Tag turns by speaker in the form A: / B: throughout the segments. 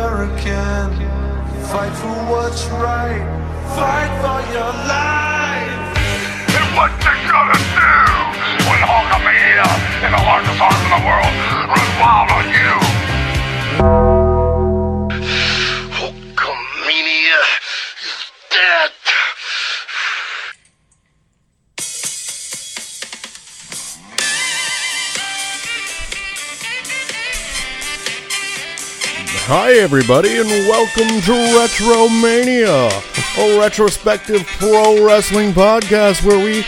A: can. Fight for what's right. Fight for your life.
B: And what you gonna do when Hulkamania and the largest arm in the world run wild on you? Hulkamania is dead.
C: Hi, everybody, and welcome to Retromania, a retrospective pro wrestling podcast where we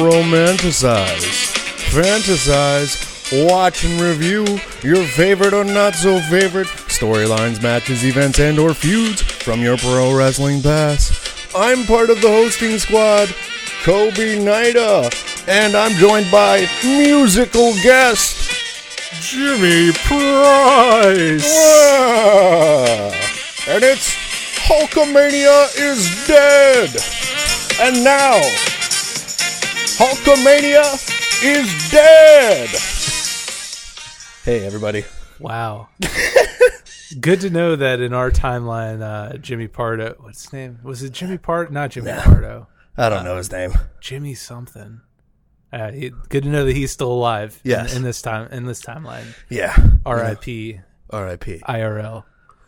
C: romanticize, fantasize, watch, and review your favorite or not so favorite storylines, matches, events, and/or feuds from your pro wrestling past. I'm part of the hosting squad, Kobe Nida, and I'm joined by musical guest Jimmy Price. And it's Hulkamania is dead. And now, Hulkamania is dead. Hey, everybody.
D: Wow. Good to know that in our timeline, uh, Jimmy Pardo, what's his name? Was it Jimmy Pardo? Not Jimmy Pardo.
C: I don't know his name.
D: Jimmy something. Uh, he- good to know that he's still alive. in-
C: Yes.
D: In, this time, in this timeline,
C: Yeah.
D: R.I.P.
C: R.I.P.
D: IRL.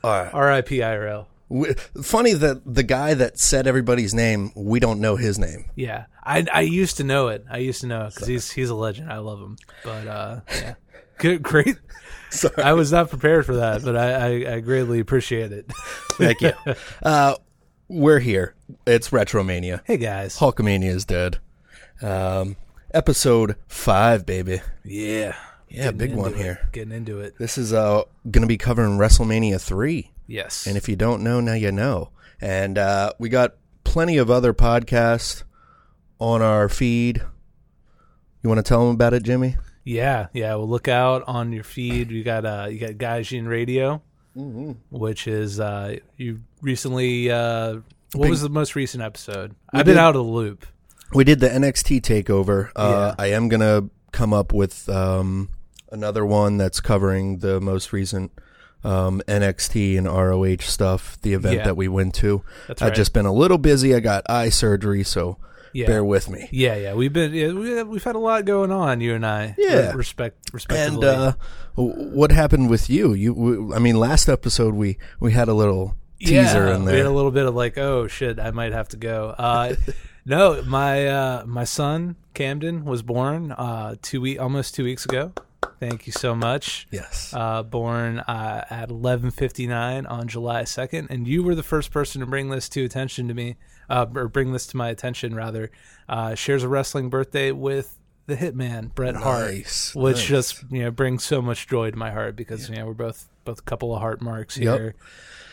C: All right.
D: R.I.P. IRL.
C: We- Funny that the guy that said everybody's name, we don't know his name.
D: Yeah, I I used to know it. I used to know it because he's he's a legend. I love him. But uh, yeah, good, great.
C: Sorry.
D: I was not prepared for that, but I I, I greatly appreciate it.
C: Thank you. Uh, we're here. It's Retromania.
D: hey guys.
C: Hulkamania is dead. Um, episode five, baby.
D: Yeah.
C: Yeah, big one here.
D: Getting into it.
C: This is uh gonna be covering WrestleMania three,
D: Yes.
C: and if you don't know, now you know. And uh, we got plenty of other podcasts on our feed. You want to tell them about it, Jimmy?
D: Yeah, yeah. Well, look out on your feed. You got uh, you got Gaijin Radio,
C: Mm-hmm.
D: which is uh, you recently. Uh, what was the most recent episode? I've been
C: did-
D: out of the loop.
C: We did the NXT takeover. Uh, I am gonna come up with um, another one that's covering the most recent um, NXT and ROH stuff. The event
D: Yeah.
C: that we went to.
D: That's
C: I've
D: right.
C: just been a little busy. I got eye surgery, so
D: Yeah.
C: bear with me.
D: Yeah, yeah. We've been yeah, we, we've had a lot going on. You and I.
C: Yeah.
D: Re- Respect.
C: And
D: Respectively.
C: uh, w- what happened with you? You, w- I mean, last episode we we had a little teaser
D: yeah,
C: in
D: We had a
C: there.
D: little bit of like, oh shit, I might have to go. Uh, no, my uh, my son Camden was born uh, two week almost two weeks ago. Thank you so much.
C: Yes.
D: uh, born uh, at 11:59 on July 2nd, and you were the first person to bring this to attention to me, uh, or bring this to my attention rather. Uh, shares a wrestling birthday with the Hitman Bret
C: Nice,
D: Hart, which
C: nice.
D: just you know brings so much joy to my heart because you know we're both both a couple of heart marks
C: Yep.
D: here.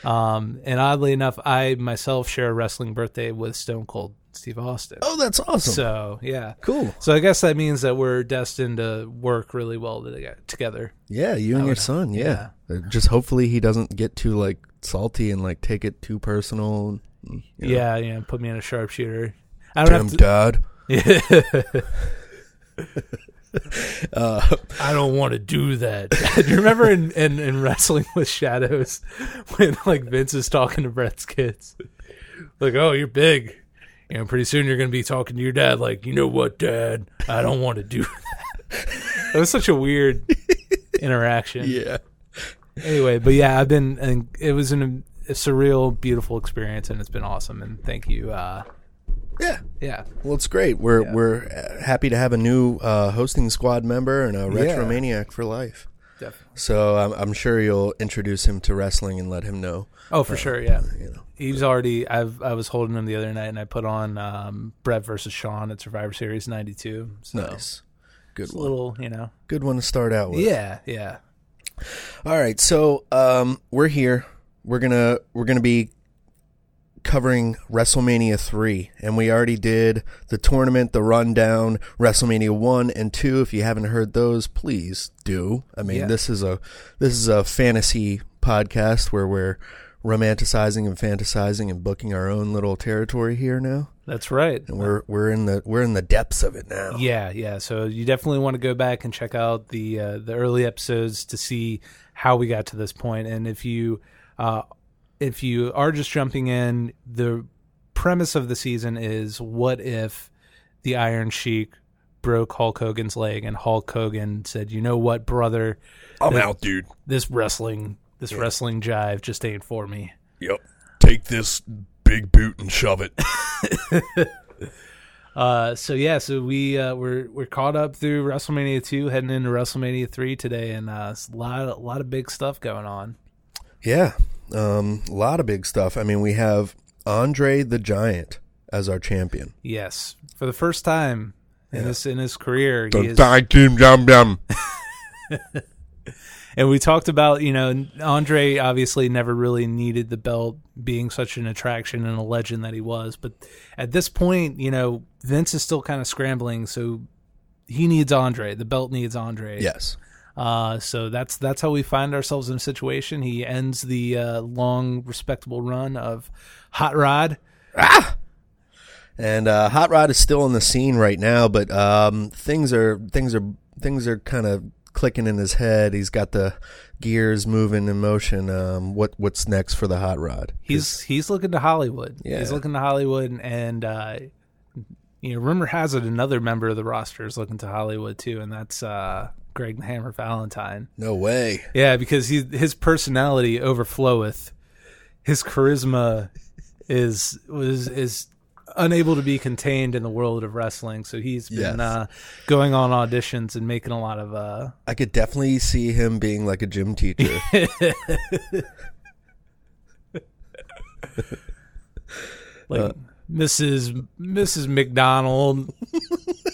D: Um, and oddly enough, I myself share a wrestling birthday with Stone Cold Steve Austin.
C: oh, that's awesome.
D: So yeah,
C: cool.
D: So I guess that means that we're destined to work really well to- together.
C: Yeah, you and your son. Yeah. Uh, Just hopefully he doesn't get too like salty and like take it too personal. Mm, you know.
D: Yeah, yeah, put me in a sharpshooter. I
C: Damn,
D: don't
C: Dad.
D: have to. I don't want to do that. do you remember in, in, in Wrestling with Shadows when like Vince is talking to Brett's kids, like, "Oh, you're big, and pretty soon you're going to be talking to your dad." Like, you know what, Dad? I don't want to do that. that was such a weird interaction.
C: Yeah.
D: anyway, but yeah, I've been and it was an, a surreal, beautiful experience, and it's been awesome. And thank you. Uh,
C: Yeah.
D: yeah,
C: Well, it's great. We're we're uh, happy to have a new uh, hosting squad member and a retromaniac for life.
D: definitely.
C: So I'm, I'm sure you'll introduce him to wrestling and let him know.
D: Oh, for sure. Yeah, he's already. I've I was holding him the other night, and I put on um, Brett versus Sean at Survivor Series '92. So
C: Nice. Good
D: it's a
C: one.
D: little, you know.
C: Good one to start out with.
D: Yeah, yeah,
C: All right, so um, we're here. We're gonna we're gonna be covering WrestleMania three, and we already did the tournament, the rundown, WrestleMania one and two. If you haven't heard those, please do. I mean,
D: Yeah.
C: this is a this is a fantasy podcast where we're romanticizing and fantasizing and booking our own little territory here now,
D: that's right.
C: and we're we're in the we're in the depths of it now.
D: Yeah, yeah. So you definitely want to go back and check out the uh, the early episodes to see how we got to this point. And if you uh, if you are just jumping in, the premise of the season is what if the Iron Sheik broke Hulk Hogan's leg and Hulk Hogan said, "You know what, brother,
C: I'm out, dude.
D: this wrestling, this wrestling jive just ain't for me."
C: Yep. Take this big boot and shove it.
D: Uh, so yeah, so we uh, we're we're caught up through WrestleMania two, heading into WrestleMania three today, and uh, it's a lot a lot of big stuff going on.
C: Yeah. Um, a lot of big stuff. I mean, we have Andre the Giant as our champion.
D: Yes, for the first time in his in his career, he is,
C: team jam jam.
D: and we talked about you know Andre obviously never really needed the belt, being such an attraction and a legend that he was. But at this point, you know Vince is still kind of scrambling, so he needs Andre. The belt needs Andre.
C: Yes.
D: Uh, so that's that's how we find ourselves in a situation. He ends the uh, long respectable run of Hot Rod.
C: And uh, Hot Rod is still on the scene right now, but um, things are things are things are kind of clicking in his head. He's got the gears moving in motion. Um, what what's next for the Hot Rod?
D: He's he's looking to Hollywood.
C: Yeah.
D: He's looking to Hollywood, and uh, you know, rumor has it another member of the roster is looking to Hollywood too, and that's uh, Greg the Hammer Valentine.
C: No way.
D: Yeah, because he his personality overfloweth. His charisma is was is unable to be contained in the world of wrestling. So he's been
C: Yes.
D: uh, going on auditions and making a lot of uh,
C: I could definitely see him being like a gym teacher.
D: like Mrs. Mrs. McDonald.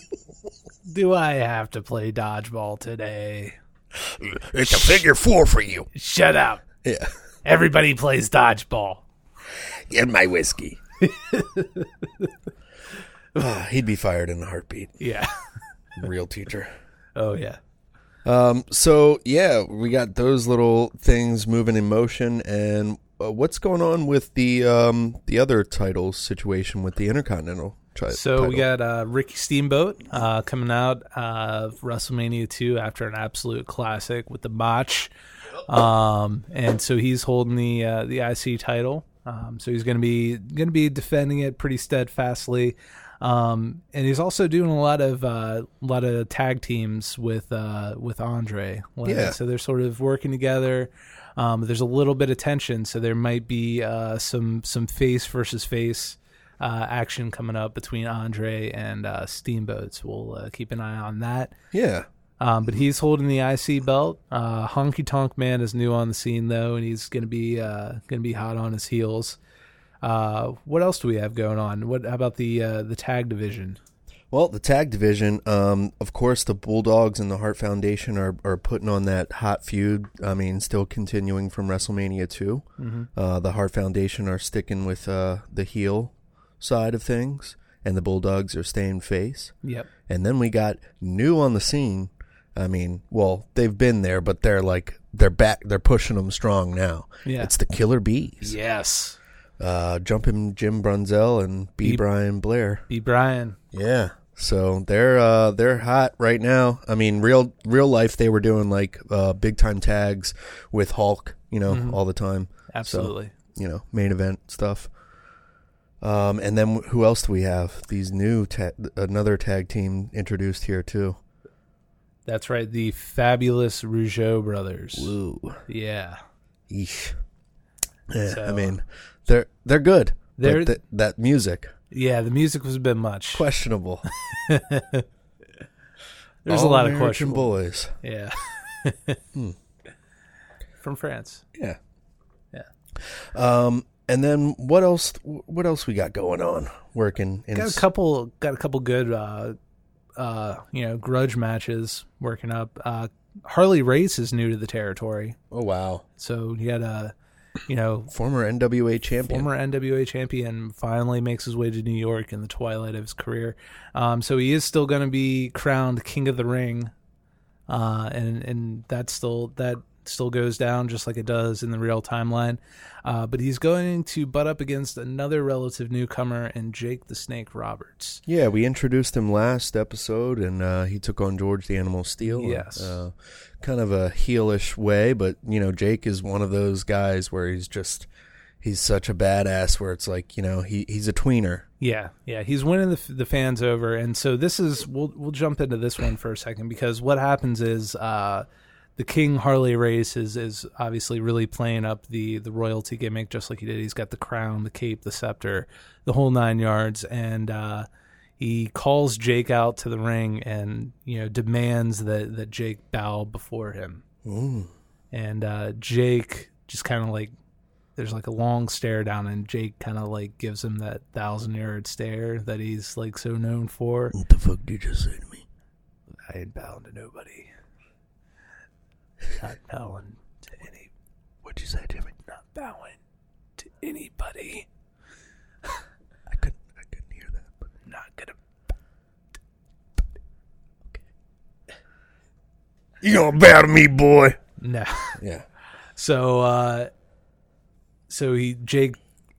D: Do I have to play dodgeball today?
E: It's a figure four for you.
D: Shut up.
C: yeah.
D: Everybody plays dodgeball.
E: And my whiskey.
C: Ah, he'd be fired in a heartbeat.
D: Yeah.
C: Real teacher.
D: Oh yeah.
C: So yeah, we got those little things moving in motion, and uh, what's going on with the um, the other title situation with the Intercontinental? Tri-
D: So
C: title?
D: we got uh, Ricky Steamboat uh, coming out of WrestleMania 2 after an absolute classic with the botch. Um, and so he's holding the uh, the IC title. Um, so he's going to be going to be defending it pretty steadfastly. Um, and he's also doing a lot of uh, a lot of tag teams with uh, with Andre. Like,
C: Yeah.
D: So they're sort of working together. Um, there's a little bit of tension, so there might be uh, some some face versus face uh, action coming up between Andre and uh, Steamboats. We'll uh, keep an eye on that.
C: yeah,
D: Um, but he's holding the IC belt. Uh, Honky Tonk Man is new on the scene though, and he's gonna be uh, gonna be hot on his heels. Uh, what else do we have going on? What how about the uh, the tag division?
C: Well, the tag division, um, of course, the Bulldogs and the Hart Foundation are, are putting on that hot feud. I mean, still continuing from WrestleMania 2. Uh, the Hart Foundation are sticking with uh, the heel side of things, and the Bulldogs are staying face.
D: Yep.
C: And then we got new on the scene. I mean, well, they've been there, but they're like, they're back, they're pushing them strong now.
D: Yeah.
C: It's the Killer Bees.
D: Yes.
C: Uh, jumping Jim Brunzel and B.
D: B-
C: Brian Blair.
D: B Brian.
C: Yeah. So they're uh they're hot right now. I mean, real real life they were doing like uh big time tags with Hulk, you know, all the time.
D: Mm-hmm. Absolutely.
C: So, you know, main event stuff. Um and then who else do we have? These new ta- another tag team introduced here too.
D: That's right. The fabulous Rougeau brothers.
C: Ooh.
D: Yeah.
C: Eesh. Yeah, I
D: So-
C: mean, they're they're good. but
D: They're-
C: th- that music
D: Yeah. The music was a bit much.
C: questionable.
D: There's a lot of
C: All-American Hmm.
D: questionable.
C: boys.
D: Yeah. From France.
C: Yeah.
D: Yeah.
C: Um, and then what else? What else we got going on? Working in
D: Got a couple. Got a couple good. Uh, uh, you know, grudge matches working up. Uh, Harley Race is new to the territory,
C: oh wow,
D: so he had a, you know,
C: former NWA champion.
D: former NWA champion finally makes his way to New York in the twilight of his career. Um, so he is still going to be crowned King of the Ring, uh, and and that still that still goes down just like it does in the real timeline. Uh, but he's going to butt up against another relative newcomer in Jake the Snake Roberts.
C: Yeah, we introduced him last episode, and uh, he took on George the Animal Steel. in,
D: Yes.
C: uh, kind of a heelish way, but you know, Jake is one of those guys where he's just he's such a badass where it's like you know he he's a tweener.
D: Yeah, yeah, he's winning the, f- the fans over, and so this is we'll we'll jump into this one for a second because what happens is uh, the King Harley race is is obviously really playing up the the royalty gimmick just like he did. He's got the crown, the cape, the scepter, the whole nine yards, and uh, he calls Jake out to the ring and you know demands that that Jake bow before him, and uh, Jake just kind of like there's like a long stare down and Jake kind of like gives him that thousand yard stare that he's like so known for.
C: What the fuck did you just say to me?
D: I ain't bowing to nobody. Not bowing to any. What'd you say, Jimmy? Not bowing to anybody.
C: I couldn't I couldn't hear that. But
D: I'm not gonna.
C: you gonna bow to me, boy?
D: No.
C: Yeah.
D: So uh so he Jake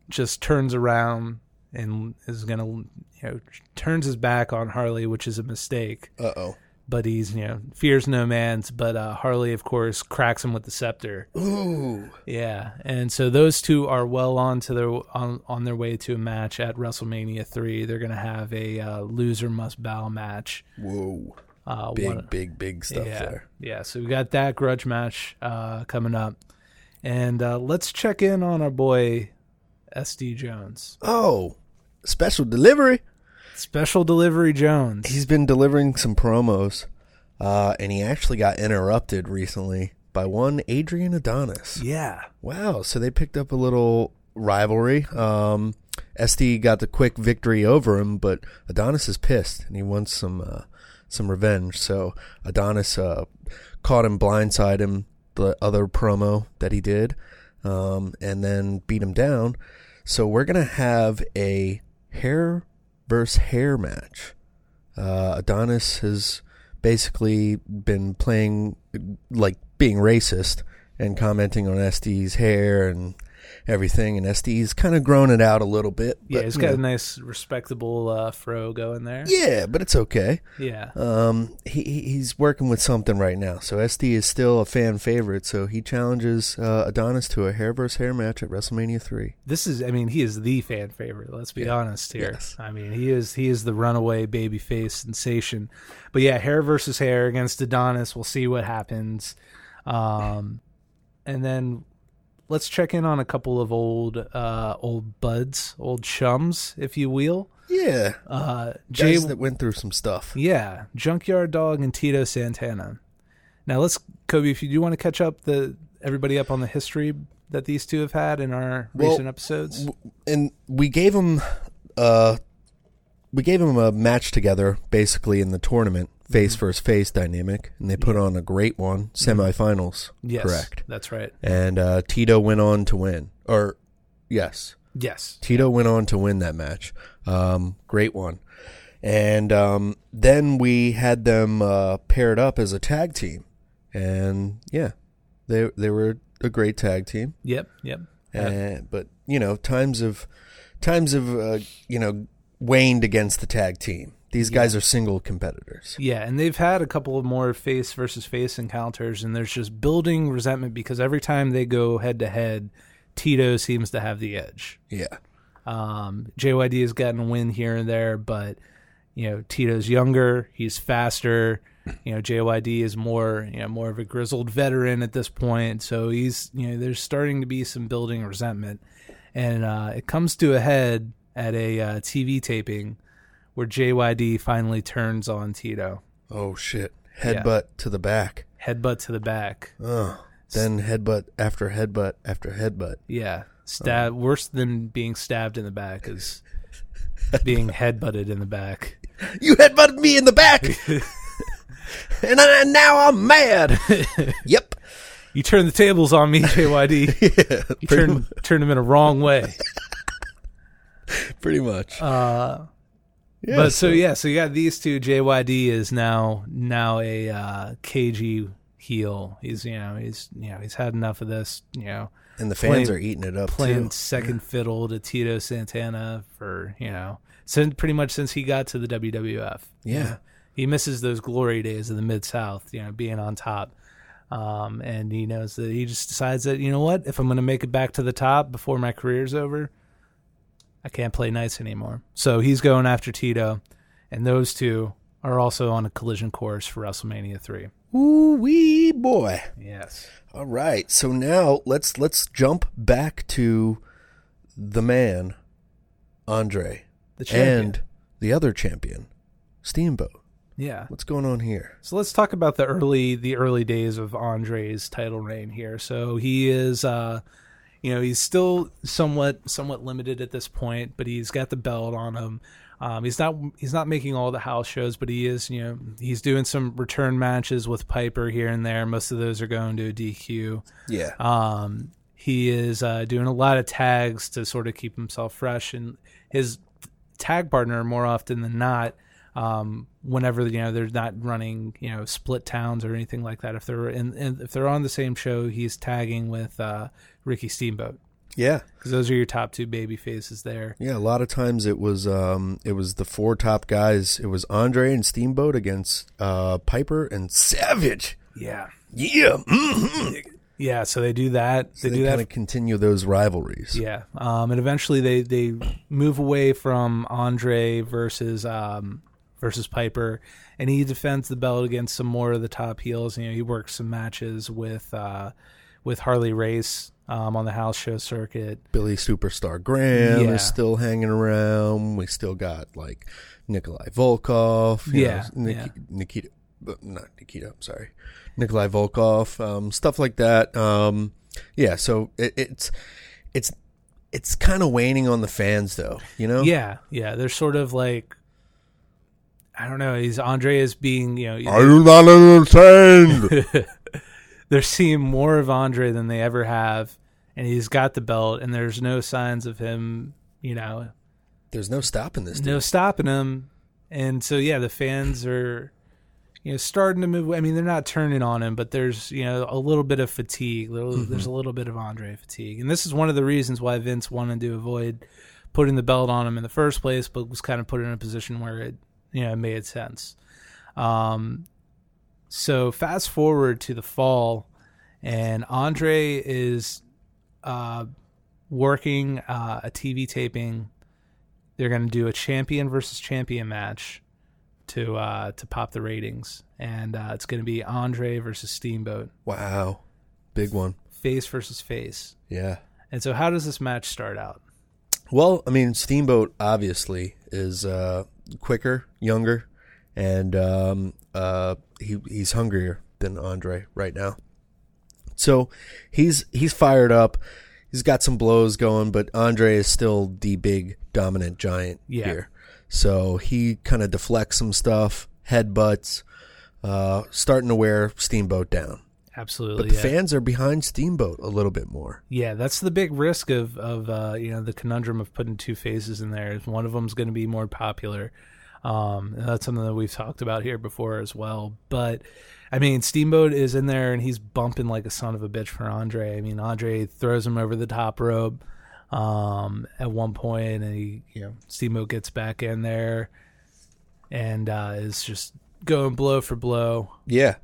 D: just turns around and is going to you know turns his back on Harley, which is a mistake,
C: Uh oh.
D: but he's you know fears no man's but uh Harley of course cracks him with the scepter.
C: Ooh.
D: Yeah. And so those two are well on to their on, on their way to a match at WrestleMania 3. They're going to have a uh, loser must bow match.
C: Whoa.
D: Uh
C: Big
D: one-
C: big big stuff
D: yeah.
C: there.
D: Yeah, so we got that grudge match uh, coming up. And uh, let's check in on our boy SD Jones.
C: Oh, special delivery.
D: Special delivery Jones.
C: He's been delivering some promos, uh, and he actually got interrupted recently by one Adrian Adonis.
D: yeah.
C: Wow. So they picked up a little rivalry. Um, SD got the quick victory over him, but Adonis is pissed and he wants some uh, some revenge. So Adonis uh, caught him, blindside him the other promo that he did, um, and then beat him down. So we're gonna have a hair versus hair match. Uh, Adonis has basically been playing like being racist and commenting on SD's hair and everything, and SD's kind of grown it out a little bit.
D: Yeah,
C: but,
D: he's
C: you
D: got
C: know,
D: a nice, respectable uh, fro going there.
C: yeah, but it's okay.
D: Yeah.
C: Um, he he- he's working with something right now. So SD is still a fan favorite. So he challenges uh, Adonis to a hair versus hair match at WrestleMania three.
D: This is, I mean, he is the fan favorite. Let's be honest here.
C: Yes.
D: I mean, he is he is the runaway babyface sensation. But yeah, hair versus hair against Adonis. We'll see what happens. Um, and then let's check in on a couple of old uh, old buds, old chums, if you will.
C: Yeah,
D: Uh, Jay,
C: guys that went through some stuff.
D: yeah, Junkyard Dog and Tito Santana. Now let's Kobe, if you do want to catch up the everybody up on the history that these two have had in our
C: Well,
D: recent episodes.
C: and we gave him uh we gave him a match together basically in the tournament face versus face dynamic and they put on a great one semifinals
D: Yes,
C: correct
D: That's right.
C: and uh tito went on to win or yes
D: Yes.
C: Tito went on to win that match. Um, great one. And um, then we had them uh, paired up as a tag team, and yeah, they they were a great tag team.
D: Yep. Yep.
C: Uh, but you know, times of times of uh, you know waned against the tag team. These guys are single competitors.
D: Yeah, and they've had a couple of more face versus face encounters, and there's just building resentment because every time they go head to head, Tito seems to have the edge.
C: Yeah,
D: Um, JYD has gotten a win here and there, but you know Tito's younger, he's faster. You know JYD is more you know more of a grizzled veteran at this point, so he's you know there's starting to be some building resentment, and uh, it comes to a head at a uh, TV taping where JYD finally turns on Tito,
C: Oh shit! Headbutt to the back.
D: headbutt to the back.
C: Ugh. Then headbutt after headbutt after headbutt.
D: Yeah, stab worse than being stabbed in the back is being headbutted in the back.
C: You headbutted me in the back, and I, now I'm mad. yep.
D: You turned the tables on me, JYD.
C: Yeah, pretty,
D: You turned turned them in a wrong way.
C: mu- pretty much.
D: Uh,
C: Yeah,
D: but so yeah, so you got these two. JYD is now now a uh, cagey heel. He's you know he's you know he's had enough of this. You know
C: and the fans
D: playing-
C: are eating it up
D: playing
C: too.
D: second fiddle to Tito Santana for you know since pretty much since he got to the WWF.
C: Yeah.
D: he misses those glory days of the mid South. You know being on top. Um, and he knows that he just decides that, you know what, if I'm going to make it back to the top before my career's over, I can't play nice anymore. So he's going after Tito, and those two are also on a collision course for WrestleMania 3.
C: Ooh wee boy.
D: Yes.
C: All right. So now let's let's jump back to the man, Andre,
D: The champion.
C: and the other champion, Steamboat.
D: yeah.
C: What's going on here?
D: So let's talk about the early the early days of Andre's title reign here. So he is uh you know, he's still somewhat somewhat limited at this point, but he's got the belt on him. Um, he's not he's not making all the house shows, but he is, you know, he's doing some return matches with Piper here and there. Most of those are going to a DQ.
C: Yeah.
D: Um, he is uh, doing a lot of tags to sort of keep himself fresh, and his tag partner more often than not, um, whenever you know they're not running you know split towns or anything like that. If they're in, in if they're on the same show, he's tagging with uh, Ricky Steamboat
C: yeah.
D: 'Cause those are your top two baby faces there.
C: Yeah, a lot of times it was um, it was the four top guys. It was Andre and Steamboat against uh, Piper and Savage.
D: Yeah,
C: Yeah, hmm
D: yeah. So they do that. They
C: they
D: do that
C: kind of continue those rivalries.
D: Yeah, um, and eventually they they move away from Andre versus um, versus Piper, and he defends the belt against some more of the top heels. You know, he works some matches with uh, with Harley Race um, on the house show circuit.
C: Billy Superstar Graham
D: Yeah.
C: is still hanging around. We still got like Nikolai Volkov. you
D: Yeah,
C: know, Nik-
D: yeah.
C: Nikita, but not Nikita. I'm sorry, Nikolai Volkov. Um, stuff like that. Um, yeah, so it, it's it's it's kind of waning on the fans, though. You know.
D: Yeah, yeah, they're sort of like. I don't know. He's Andre is being, you know,
F: I do not understand.
D: they're seeing more of Andre than they ever have, and he's got the belt, and there's no signs of him, you know,
C: There's no stopping this.
D: no stopping him. And so yeah, the fans are you know starting to move. I mean, they're not turning on him, but there's you know a little bit of fatigue. Little, There's a little bit of Andre fatigue, and this is one of the reasons why Vince wanted to avoid putting the belt on him in the first place, but was kind of put in a position where it you know made sense. Um, so fast forward to the fall, and Andre is uh, working uh, a TV taping they're going to do a champion versus champion match to uh, to pop the ratings, and uh, it's going to be Andre versus Steamboat,
C: Wow. Big one.
D: face versus face.
C: Yeah.
D: And so, how does this match start out?
C: Well, I mean, Steamboat obviously is uh, quicker, younger, and um, uh, he he's hungrier than Andre right now. So he's he's fired up. He's got some blows going, but Andre is still the big dominant giant
D: Yeah.
C: here. So he kind of deflects some stuff, headbutts, uh, starting to wear Steamboat down.
D: Absolutely,
C: But the
D: Oh, yeah.
C: fans are behind Steamboat a little bit more.
D: Yeah, that's the big risk of of uh, you know the conundrum of putting two faces in there. Is one of them's going to be more popular. Um, and that's something that we've talked about here before as well. But I mean, Steamboat is in there and he's bumping like a son of a bitch for Andre. I mean, Andre throws him over the top rope um, at one point, and he you know Steamboat gets back in there and uh, is just going blow for blow.
C: Yeah.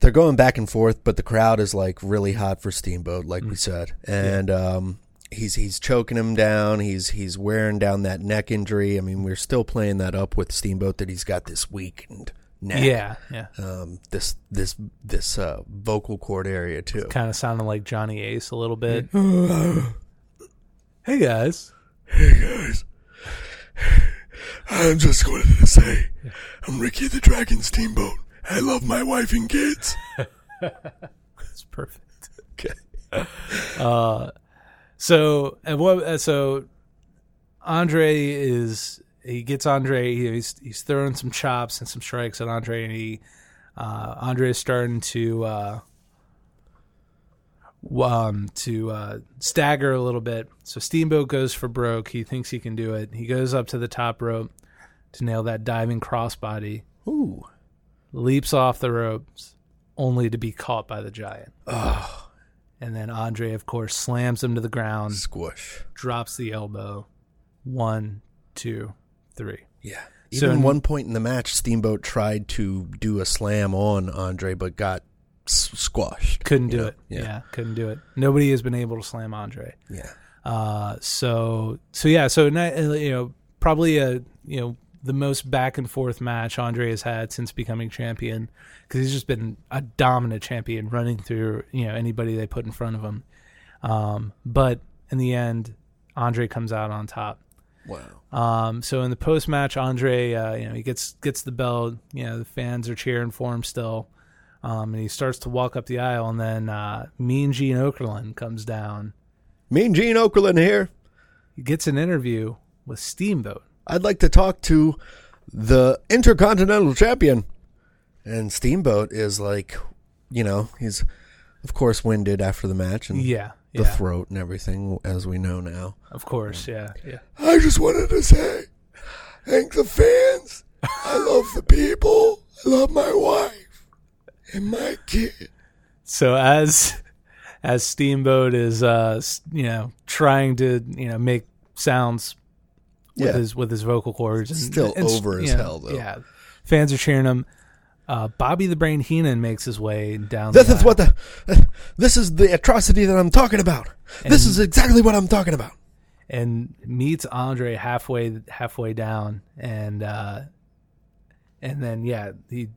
C: They're going back and forth, but the crowd is like really hot for Steamboat, like we said. And um he's he's choking him down, he's he's wearing down that neck injury. I mean, we're still playing that up with Steamboat that he's got this weakened neck.
D: Yeah, yeah.
C: Um this this this uh vocal cord area too.
D: Kind of sounding like Johnny Ace a little bit. hey guys.
F: I'm just going to say, I'm Ricky the Dragon Steamboat. I love my wife and kids.
D: It's perfect. uh, so and what? uh, So Andre is he gets Andre. he- He's he's throwing some chops and some strikes at Andre, and he uh, Andre is starting to uh, w- um to uh, stagger a little bit. So Steamboat goes for broke. He thinks he can do it. He goes up to the top rope to nail that diving crossbody.
C: Ooh.
D: Leaps off the ropes, only to be caught by the giant. And then Andre, of course, slams him to the ground,
C: Squish.
D: drops the elbow. One, two, three.
C: Yeah.
D: So
C: Even
D: in-
C: one point in the match, Steamboat tried to do a slam on Andre, but got s- squashed.
D: Couldn't do it.
C: yeah.
D: Yeah. couldn't do it. Nobody has been able to slam Andre.
C: Yeah.
D: Uh, so so yeah, so ni- uh, you know, probably a you know the most back and forth match Andre has had since becoming champion because he's just been a dominant champion running through you know anybody they put in front of him. Um, but in the end, Andre comes out on top.
C: Wow.
D: Um, so in the post match, Andre, uh, you know, he gets gets the belt. You know, the fans are cheering for him still, um, and he starts to walk up the aisle, and then uh, Mean Gene Okerlund comes down.
C: Mean Gene Okerlund here.
D: He gets an interview with Steamboat.
C: I'd like to talk to the Intercontinental Champion. And Steamboat is like, you know, he's of course winded after the match and
D: Yeah, yeah,
C: the throat and everything, as we know now.
D: of course, yeah, yeah.
C: I just wanted to say, thank the fans. I love the people. I love my wife and my kid.
D: So as as Steamboat is, uh, s- you know, trying to you know make sounds with
C: Yeah.
D: his with his vocal cords. And,
C: Still
D: and s-
C: over as
D: you know,
C: hell, though.
D: Yeah, fans are cheering him. Uh, Bobby the Brain Heenan makes his way down.
C: This
D: the
C: is what the. This is the atrocity that I'm talking about. This is exactly what I'm talking about.
D: and meets Andre halfway halfway down, and uh, and then yeah, he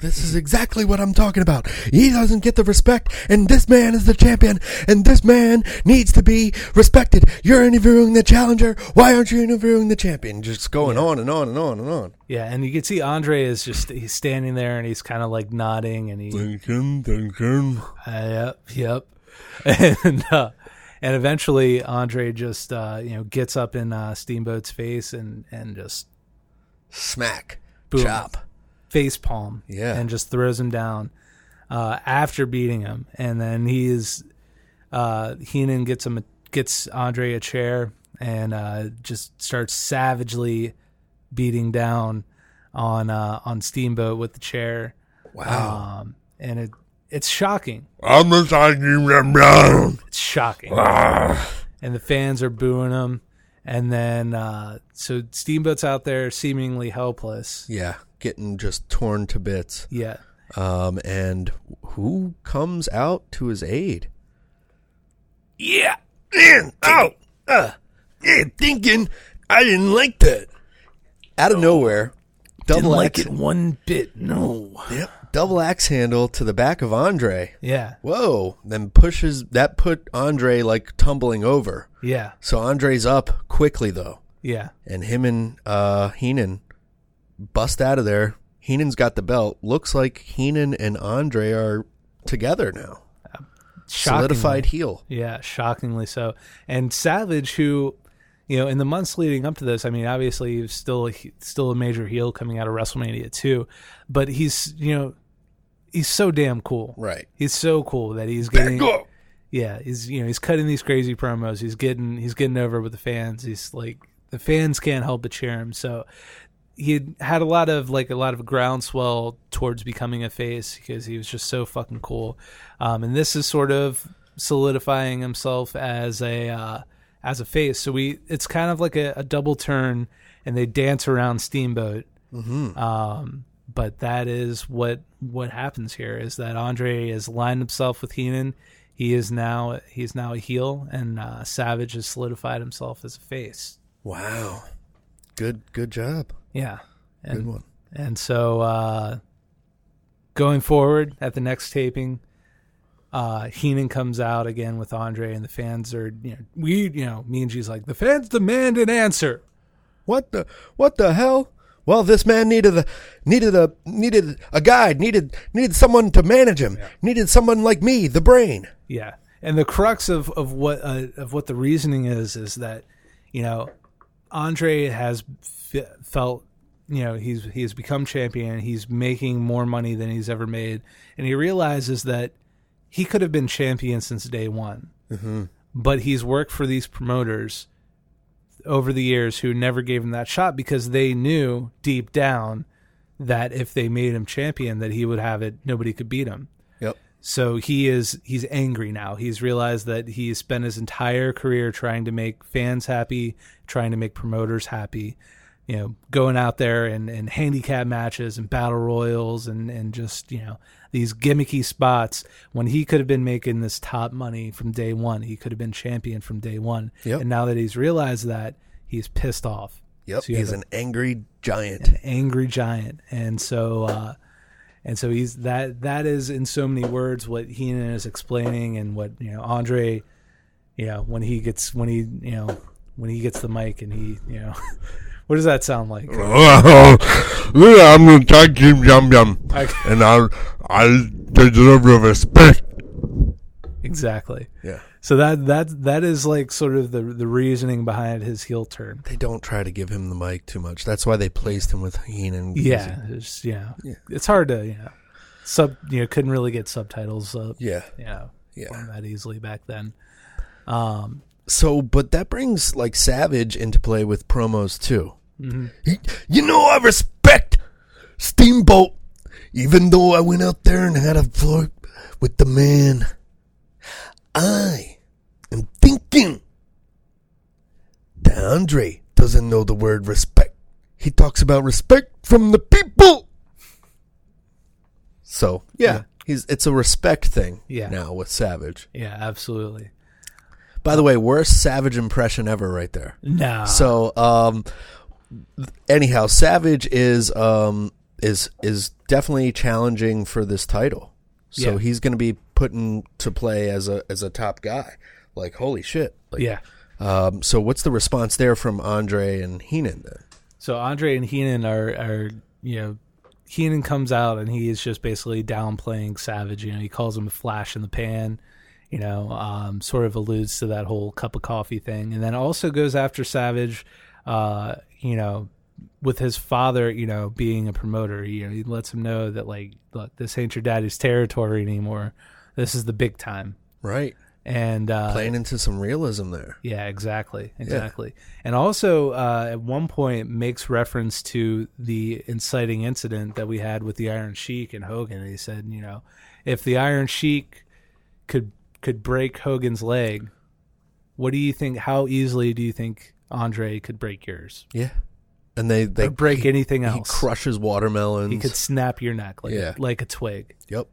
C: This is exactly what I'm talking about. He doesn't get the respect, and this man is the champion, and this man needs to be respected. You're interviewing the challenger. Why aren't you interviewing the champion? Just going on and on and on and on.
D: yeah, and you can see Andre is just he's standing there and he's kind of like nodding and he
C: Duncan, Duncan.
D: uh, yep yep, and uh, and eventually Andre just uh, you know gets up in uh, Steamboat's face and and just
C: Smack.
D: Boom.
C: Chop.
D: face palm
C: Yeah.
D: and just throws him down uh, after beating him and then he is uh, Heenan gets him a, gets Andre a chair and uh, just starts savagely beating down on uh, on Steamboat with the chair
C: Wow.
D: um, and it it's shocking
B: I'm the side you down.
D: it's shocking and the fans are booing him and then uh, so Steamboat's out there seemingly helpless
C: yeah. Getting just torn to bits.
D: yeah
C: Um, and who comes out to his aid? Yeah. Man, oh, uh, yeah, thinking I didn't like that. Oh. Out of nowhere, double axe,
D: one bit no
C: Yep, double axe handle to the back of Andre.
D: yeah
C: Whoa! Then pushes that put Andre like tumbling over.
D: yeah
C: So Andre's up quickly though,
D: Yeah.
C: and him and uh, Heenan bust out of there. Heenan's got the belt. Looks like Heenan and Andre are together now. Solidified
D: Shockingly.
C: heel.
D: Yeah, shockingly so. And Savage, who, you know, in the months leading up to this, I mean, obviously he's still still a major heel coming out of WrestleMania too, but he's you know, he's so damn cool.
C: Right.
D: He's so cool that he's getting. Yeah, he's you know he's cutting these crazy promos. He's getting he's getting over with the fans. He's like the fans can't help but cheer him. So he had, had a lot of like a lot of groundswell towards becoming a face because he was just so fucking cool. Um, and this is sort of solidifying himself as a uh, as a face. So we it's kind of like a, a double turn, and they dance around Steamboat. Um, but that is what what happens here is that Andre has lined himself with Heenan. He is now he is now a heel, and uh, Savage has solidified himself as a face.
C: Wow. Good good job.
D: Yeah, and,
C: Good one.
D: And so uh, going forward at the next taping, uh, Heenan comes out again with Andre, and the fans are you know we you know me and she's like the fans demand an answer.
C: What the what the hell? Well, this man needed a needed a needed a guide, needed needed someone to manage him, needed someone like me, the brain.
D: Yeah, and the crux of of what uh, of what the reasoning is is that you know Andre has f- felt you know he's he has become champion. He's making more money than he's ever made, and he realizes that he could have been champion since day one, but he's worked for these promoters over the years who never gave him that shot because they knew deep down that if they made him champion that he would have it nobody could beat him
C: Yep.
D: so he is he's angry now. He's realized that he spent his entire career trying to make fans happy, trying to make promoters happy, you know, going out there and, and handicap matches and battle royals and, and just, you know, these gimmicky spots when he could have been making this top money from day one. He could have been champion from day one.
C: Yep.
D: And now that he's realized that, he's pissed off.
C: Yep,
D: So you
C: he's
D: have
C: an angry giant.
D: angry giant and so uh and so he's that that is in so many words what Heenan is explaining and what you know Andre you know when he gets when he you know when he gets the mic and he you know what does that sound like
G: I'm gonna tag team Yum Yum,
D: I-
G: and I I deserve your respect.
D: exactly
C: Yeah.
D: so that that that is like sort of the the reasoning behind his heel turn
C: They don't try to give him the mic too much. That's why they placed him with Heenan.
D: yeah it's, yeah it's hard to you know sub you know couldn't really get subtitles up
C: Yeah.
D: you know
C: Yeah.
D: on that easily back then
C: So, but that brings like Savage into play with promos too. He- you know, I respect Steamboat, even though I went out there and had a flirt with the man. I am thinking that Andre doesn't know the word respect. He talks about respect from the people. So, yeah, he's it's a respect thing
D: Yeah.
C: now with Savage.
D: yeah absolutely
C: By the way, worst Savage impression ever, right there.
D: no
C: So, um, anyhow, Savage is um is is definitely challenging for this title. So
D: Yeah.
C: he's going to be put into play as a as a top guy. Like holy shit! Like,
D: yeah
C: Um. So what's the response there from Andre and Heenan then?
D: So Andre and Heenan are are you know Heenan comes out and he is just basically downplaying Savage. You know, he calls him a flash in the pan. You know, um, sort of alludes to that whole cup of coffee thing, and then also goes after Savage. Uh, you know, with his father, you know, being a promoter, you know, he lets him know that like, look, this ain't your daddy's territory anymore. This is the big time,
C: Right.
D: and uh,
C: Playing into some realism there.
D: yeah, exactly, exactly. And also, uh, at one point, makes reference to the inciting incident that we had with the Iron Sheik and Hogan. And he said, you know, if the Iron Sheik could could break Hogan's leg, what do you think? How easily do you think Andre could break yours?
C: Yeah. And they they
D: Or break
C: he,
D: anything
C: he
D: else?
C: crushes watermelons.
D: He could snap your neck like
C: Yeah.
D: like a twig.
C: Yep.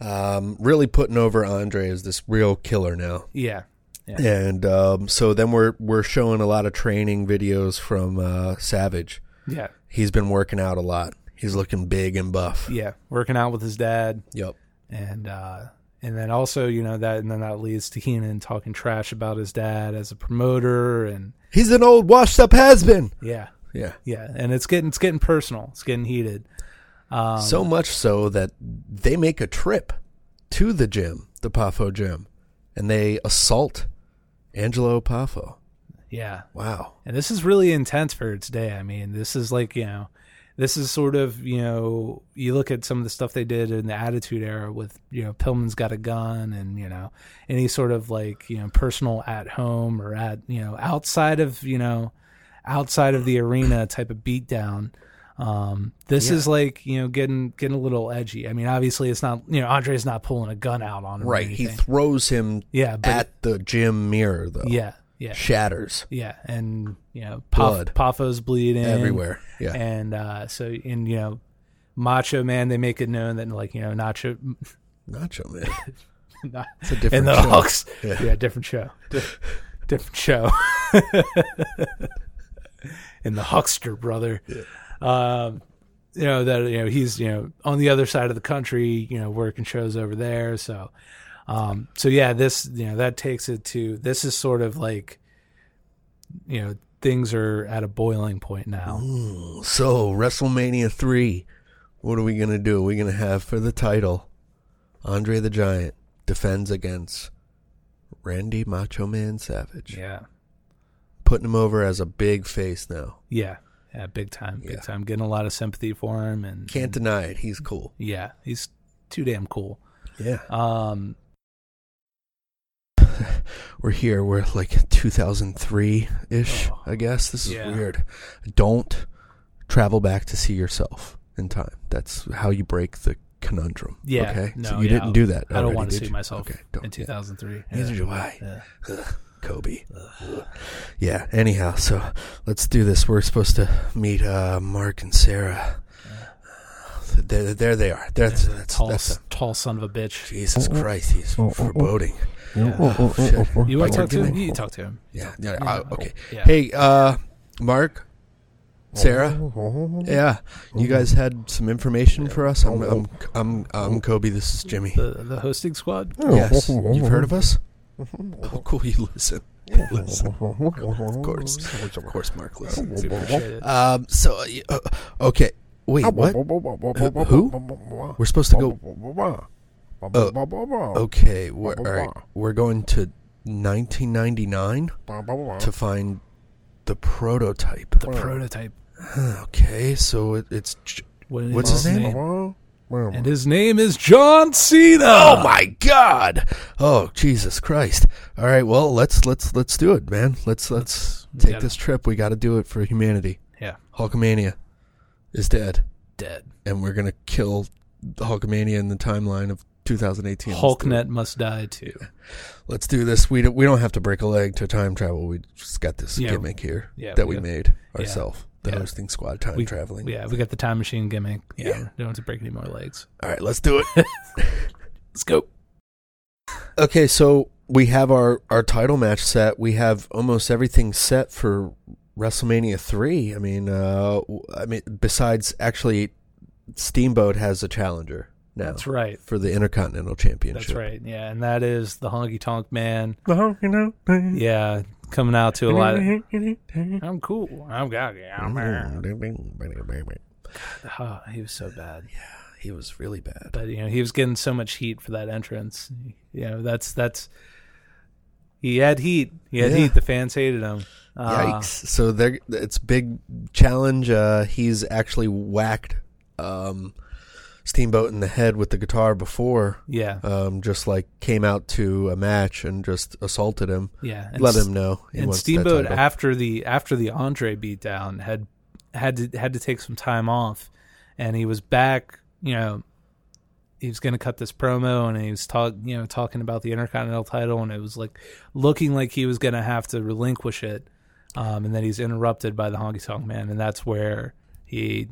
C: Um. Really putting over Andre as this real killer now.
D: Yeah, yeah,
C: and um, so then we're we're showing a lot of training videos from uh, Savage.
D: yeah,
C: He's been working out a lot. He's looking big and buff.
D: yeah. Working out with his dad.
C: Yep.
D: and uh and then also you know that and then that leads to Heenan talking trash about his dad as a promoter and
C: He's an old washed up has been.
D: yeah
C: Yeah.
D: yeah and it's getting it's getting personal it's getting heated
C: Um, so much so that they make a trip to the gym, the Pafo gym, and they assault Angelo Pafo.
D: yeah
C: Wow.
D: and this is really intense for today I mean this is like you know this is sort of you know you look at some of the stuff they did in the Attitude Era with you know Pillman's got a gun and you know any sort of like you know personal at home or at you know outside of you know outside of the arena type of beatdown. Um, this is like you know getting getting a little edgy. I mean, obviously it's not you know Andre's not pulling a gun out on him, or
C: Right. He
D: anything.
C: throws him
D: yeah, but
C: at the gym mirror though.
D: yeah, yeah,
C: Shatters
D: yeah, and you know,
C: Blood.
D: Paf- Pafo's bleeding
C: everywhere. Yeah.
D: and uh, so and you know, Macho Man, they make it known that like you know, Nacho
C: Nacho man.
D: Not-
C: It's a
D: and
C: different
D: the
C: show.
D: Hawks,
C: Yeah.
D: yeah. different show, Di- different show, and the Huckster brother, um, you know that you know he's you know on the other side of the country, you know working shows over there, so. Um, so yeah, this you know that takes it to this is sort of like you know things are at a boiling point now.
C: So WrestleMania three, what are we gonna do? We're gonna have for the title, Andre the Giant defends against Randy Macho Man Savage,
D: Yeah.
C: putting him over as a big face now.
D: Yeah. Yeah, big time. Big
C: Yeah.
D: time. Getting a lot of sympathy for him and
C: Can't deny it. He's cool.
D: yeah, he's too damn cool.
C: Yeah,
D: Um
C: we're here. We're like 2003 ish,
D: Oh,
C: I guess. This is
D: yeah.
C: weird. Don't travel back to see yourself in time. That's how you break the conundrum.
D: yeah.
C: Okay.
D: No,
C: So you
D: yeah,
C: didn't do that.
D: I don't
C: already,
D: want to
C: did
D: see
C: you?
D: myself
C: Okay. Don't.
D: in
C: yeah.
D: 2003.
C: Neither do I.
D: Yeah.
C: Kobe. Yeah. Anyhow, so let's do this. We're supposed to meet uh, Mark and Sarah. Uh, There, there they are. That's that's,
D: Tall,
C: that's
D: tall son of a bitch.
C: Jesus Christ. He's foreboding.
G: Oh,
D: You want to talk to him?
C: giving-
D: You talk to him.
C: Yeah. yeah, uh, okay.
D: Yeah.
C: Hey, uh, Mark, Sarah.
G: Oh.
C: Yeah, you guys had some information for us. I'm, I'm, I'm, I'm Kobe. This is Jimmy.
D: The the hosting squad.
C: Yes, you've heard of us. Oh, cool. You listen. listen. Of course, of course, Mark listens.
D: Appreciate it.
C: Um. So, uh, y- uh, okay. Wait. What?
G: Who?
C: We're supposed to go.
G: Oh,
C: Okay. We're all right. We're going to 1999 to find the prototype.
D: Oh. The prototype.
C: Okay. So it, it's J-
D: What is
C: What's his name?
D: And his name is John Cena. Oh
C: my god oh jesus christ all right well let's let's let's do it man let's let's
D: we
C: take
D: gotta-
C: this trip we gotta do it for humanity
D: Yeah.
C: hulkamania is dead
D: Dead.
C: and we're gonna kill the hulkamania in the timeline of 2018 Let's do it.
D: Hulknet must die too.
C: let's do this we don't we don't have to break a leg to time travel we just got this
D: Yeah.
C: gimmick here
D: Yeah,
C: that
D: we
C: we,
D: got-
C: made ourselves the
D: Yeah.
C: hosting squad time
D: We-
C: traveling
D: Yeah, we got the time machine gimmick. Yeah.
C: Yeah.
D: Don't have to break any more legs.
C: all right let's do it
D: Let's go.
C: Okay, so we have our our title match set. We have almost everything set for WrestleMania three. I mean, uh, w- I mean, besides actually, Steamboat has a challenger now.
D: That's right.
C: for the Intercontinental Championship.
D: That's right. Yeah, and that is the honky tonk man. Yeah, coming out to a lot. Of, I'm cool. I'm got I'm
C: Mm.
D: oh, he was so bad.
C: He was really bad.
D: But you know, he was getting so much heat for that entrance. You know, that's that's he had heat. He had
C: Yeah.
D: heat. The fans hated him. Uh,
C: Yikes! so there, it's big challenge. Uh, he's actually whacked um, Steamboat in the head with the guitar before.
D: yeah.
C: um, just like came out to a match and just assaulted him.
D: Yeah, and
C: let
D: s-
C: him know. he
D: and
C: wants that
D: Steamboat
C: title.
D: after the after the Andre beatdown had had to had to take some time off, and he was back. You know, he was going to cut this promo, and he was talk you know talking about the Intercontinental title, and it was like looking like he was going to have to relinquish it, um, and then he's interrupted by the Honky Tonk Man, and that's where he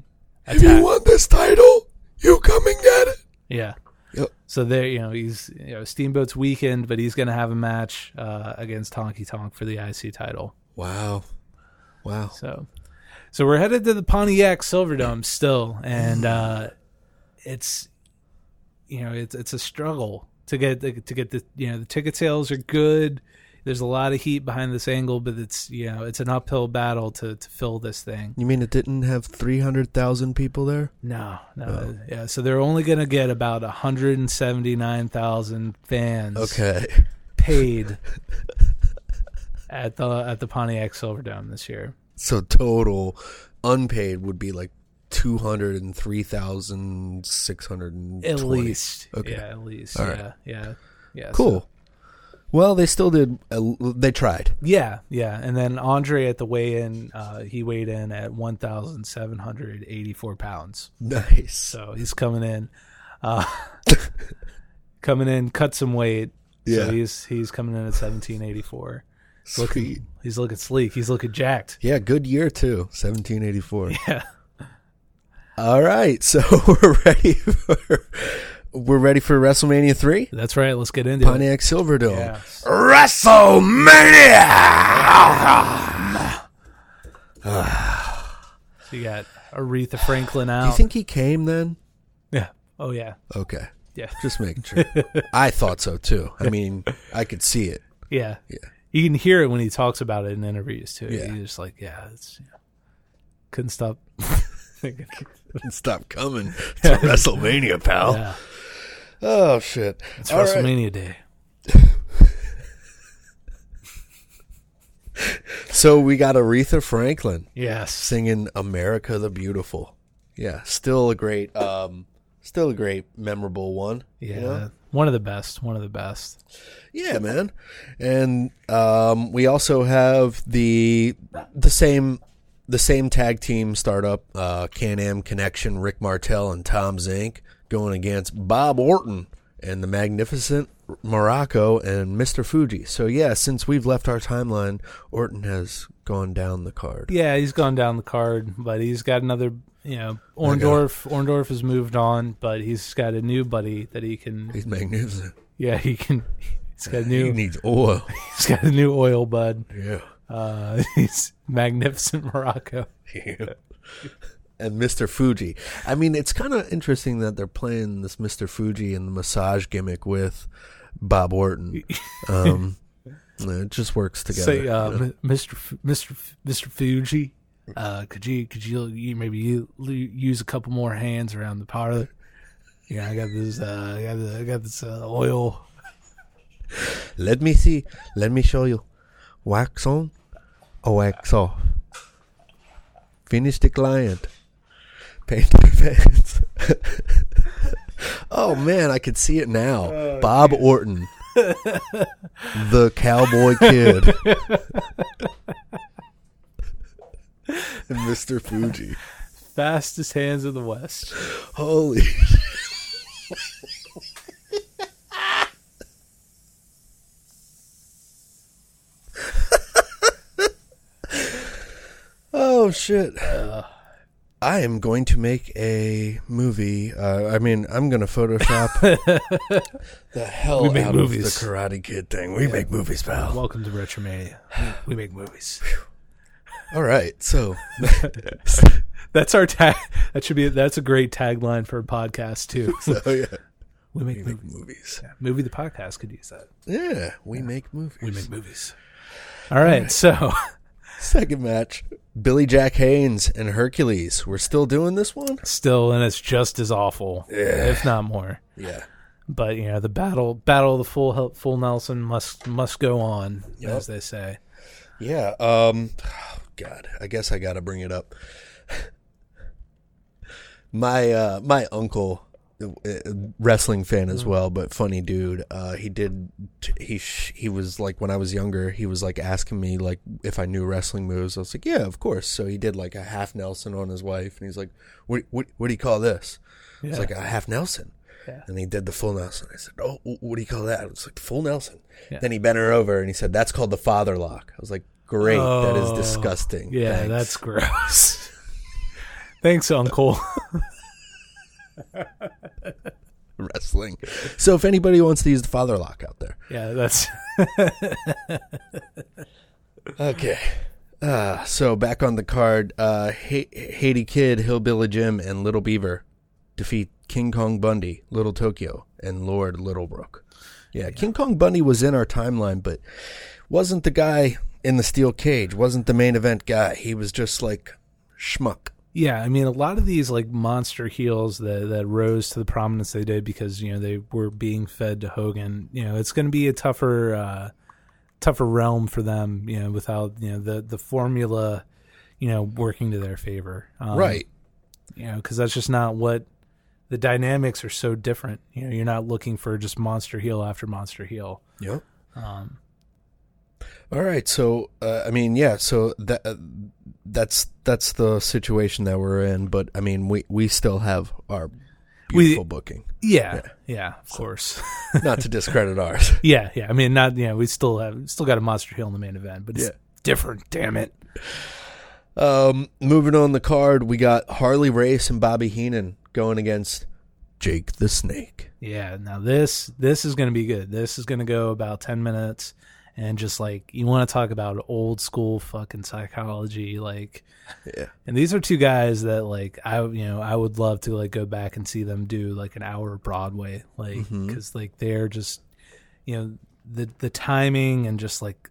C: if you want this title, you come and get it.
D: yeah.
C: Yep.
D: So there, you know, he's you know Steamboat's weakened, but he's going to have a match uh, against Honky Tonk for the IC title.
C: Wow, wow.
D: So, so we're headed to the Pontiac Silverdome still, and uh, it's you know it's it's a struggle to get the, to get the you know the ticket sales are good. There's a lot of heat behind this angle, but it's you know it's an uphill battle to to fill this thing.
C: You mean it didn't have three hundred thousand people there?
D: No, no, Uh, yeah. So they're only gonna get about 179,000 fans
C: Okay,
D: paid at the at the Pontiac Silverdome this year.
C: so total unpaid would be like two hundred and three thousand six hundred and
D: At least.
C: Okay.
D: Yeah, at least.
C: All right.
D: yeah, yeah. Yeah.
C: cool.
D: so-
C: Well, they still did. Uh, they tried.
D: yeah, yeah. And then Andre at the weigh in, uh, he weighed in at one thousand seven hundred eighty four pounds.
C: Nice.
D: So he's coming in. Uh coming in, cut some weight.
C: Yeah.
D: So he's he's coming in at seventeen eighty four.
C: Sweet.
D: He's looking sleek, he's looking jacked.
C: Yeah, good year too. Seventeen eighty four.
D: Yeah.
C: All right, so we're ready for we're ready for WrestleMania three,
D: That's right, let's get into it.
C: Pontiac Silverdome.
D: Yeah.
G: WrestleMania!
D: So you got Aretha Franklin out.
C: Do you think he came then?
D: yeah. Oh yeah.
C: Okay,
D: Yeah.
C: just making sure. I thought so too. I mean, I could see it.
D: Yeah. You can hear it when he talks about it in interviews too.
C: Yeah.
D: He's just like, yeah, it's, yeah. couldn't stop.
C: Oh.
D: thinking.
C: Stop coming.
G: WrestleMania, pal.
D: yeah.
C: Oh shit!
D: It's
C: All right.
D: WrestleMania Day.
C: So we got Aretha Franklin
D: Yes.
C: singing "America the Beautiful." Yeah, still a great, um, still a great, memorable one. you
D: Yeah.
C: know?
D: One of the best. One of the best.
C: Yeah, man. And um, we also have the the same the same tag team startup, uh, Can Am Connection, Rick Martel and Tom Zink going against Bob Orton and the magnificent Morocco and Mr. Fuji. So yeah, since we've left our timeline, Orton has gone down the card.
D: Yeah, he's gone down the card, but he's got another. You know, Orndorff. Orndorff has moved on, but he's got a new buddy that he can.
C: He's magnificent.
D: Yeah, he can. He's got a
C: He
D: new.
C: needs oil.
D: He's got a new oil bud.
C: yeah.
D: Uh, he's magnificent Morocco.
C: and Mr. Fuji. I mean, it's kind of interesting that they're playing this Mr. Fuji and the massage gimmick with Bob Orton. Um, it just works together.
D: Say, uh, M- Mr. F- Mr. F- Mr. Fuji, uh, could you could you, you maybe you, you use a couple more hands around the parlor? Yeah, I got this. Uh, I got this, I got this uh, oil.
C: Let me see. Let me show you. Wax on or wax off. Finish the client. Paint the fence. oh man, I could see it now. Bob Orton. the cowboy kid. And Mr. Fuji.
D: Fastest hands in the West.
C: Holy. oh shit.
D: Uh.
C: I am going to make a movie. Uh, I mean, I'm going to Photoshop the hell
D: We make
C: out
D: movies.
C: of the Karate Kid thing. We make movies, pal.
D: Welcome to Retromania. We make movies.
C: All right, so
D: That's our tag. That should be. That's a great tagline for a podcast too.
C: oh, yeah,
D: we make movies.
C: movies.
D: Movie the podcast could use that.
C: Yeah, we make movies.
D: We make movies. All right. So
C: Second match. Billy Jack Haynes and Hercules. We're still doing this one?
D: still, and it's just as awful, if not more.
C: Yeah.
D: but you know the battle battle of the full help full Nelson must must go on as they say.
C: Yeah. Um God, I guess I gotta bring it up. my uh my uncle uh, wrestling fan
D: Mm.
C: as well but funny dude uh he did he sh- he was like when i was younger he was like asking me like if i knew wrestling moves i was like yeah of course so he did like a half nelson on his wife and he's like what what, what do you call this it's like a half Nelson. And he did the full Nelson. I said, "Oh, wh- what do you call that?" It's like the full Nelson. Then he bent her over and he said, "That's called the father lock." I was like, "Great, that is disgusting."
D: Oh. Yeah,
C: Thanks."
D: that's gross. Thanks, Uncle.
C: wrestling. So if anybody wants to use the father lock out there,
D: yeah, that's
C: okay. Uh, so back on the card, uh, Ha- Haiti Kid, Hillbilly Jim, and Little Beaver defeat King Kong Bundy, Little Tokyo, and Lord Littlebrook. Yeah, King Kong Bundy was in our timeline, but wasn't the guy in the steel cage, wasn't the main event guy. He was just like schmuck.
D: yeah. I mean, a lot of these like monster heels that that rose to the prominence they did because you know they were being fed to Hogan. You know, it's going to be a tougher uh, tougher realm for them. You know, without you know the the formula, you know, working to their favor. Um,
C: right.
D: you know, because that's just not what the dynamics are so different. You know, you're not looking for just monster heel after monster heel.
C: Yep. Um, All right. So uh, I mean, yeah. So that uh, that's that's the situation that we're in. But I mean, we we still have our
D: We-
C: beautiful booking.
D: Yeah, yeah, of course.
C: Not to discredit ours.
D: yeah, yeah. I mean, not yeah. We still have still got a monster heel in the main event, but it's
C: Yeah.
D: different. Damn it.
C: Um, moving on the card, we got Harley Race and Bobby Heenan going against Jake the Snake.
D: Yeah. Now this this is gonna be good. This is gonna go about ten minutes, and just like you want to talk about old school fucking psychology, like.
C: Yeah.
D: And these are two guys that like I you know I would love to like go back and see them do like an hour of Broadway like because like they're just you know the the timing and just like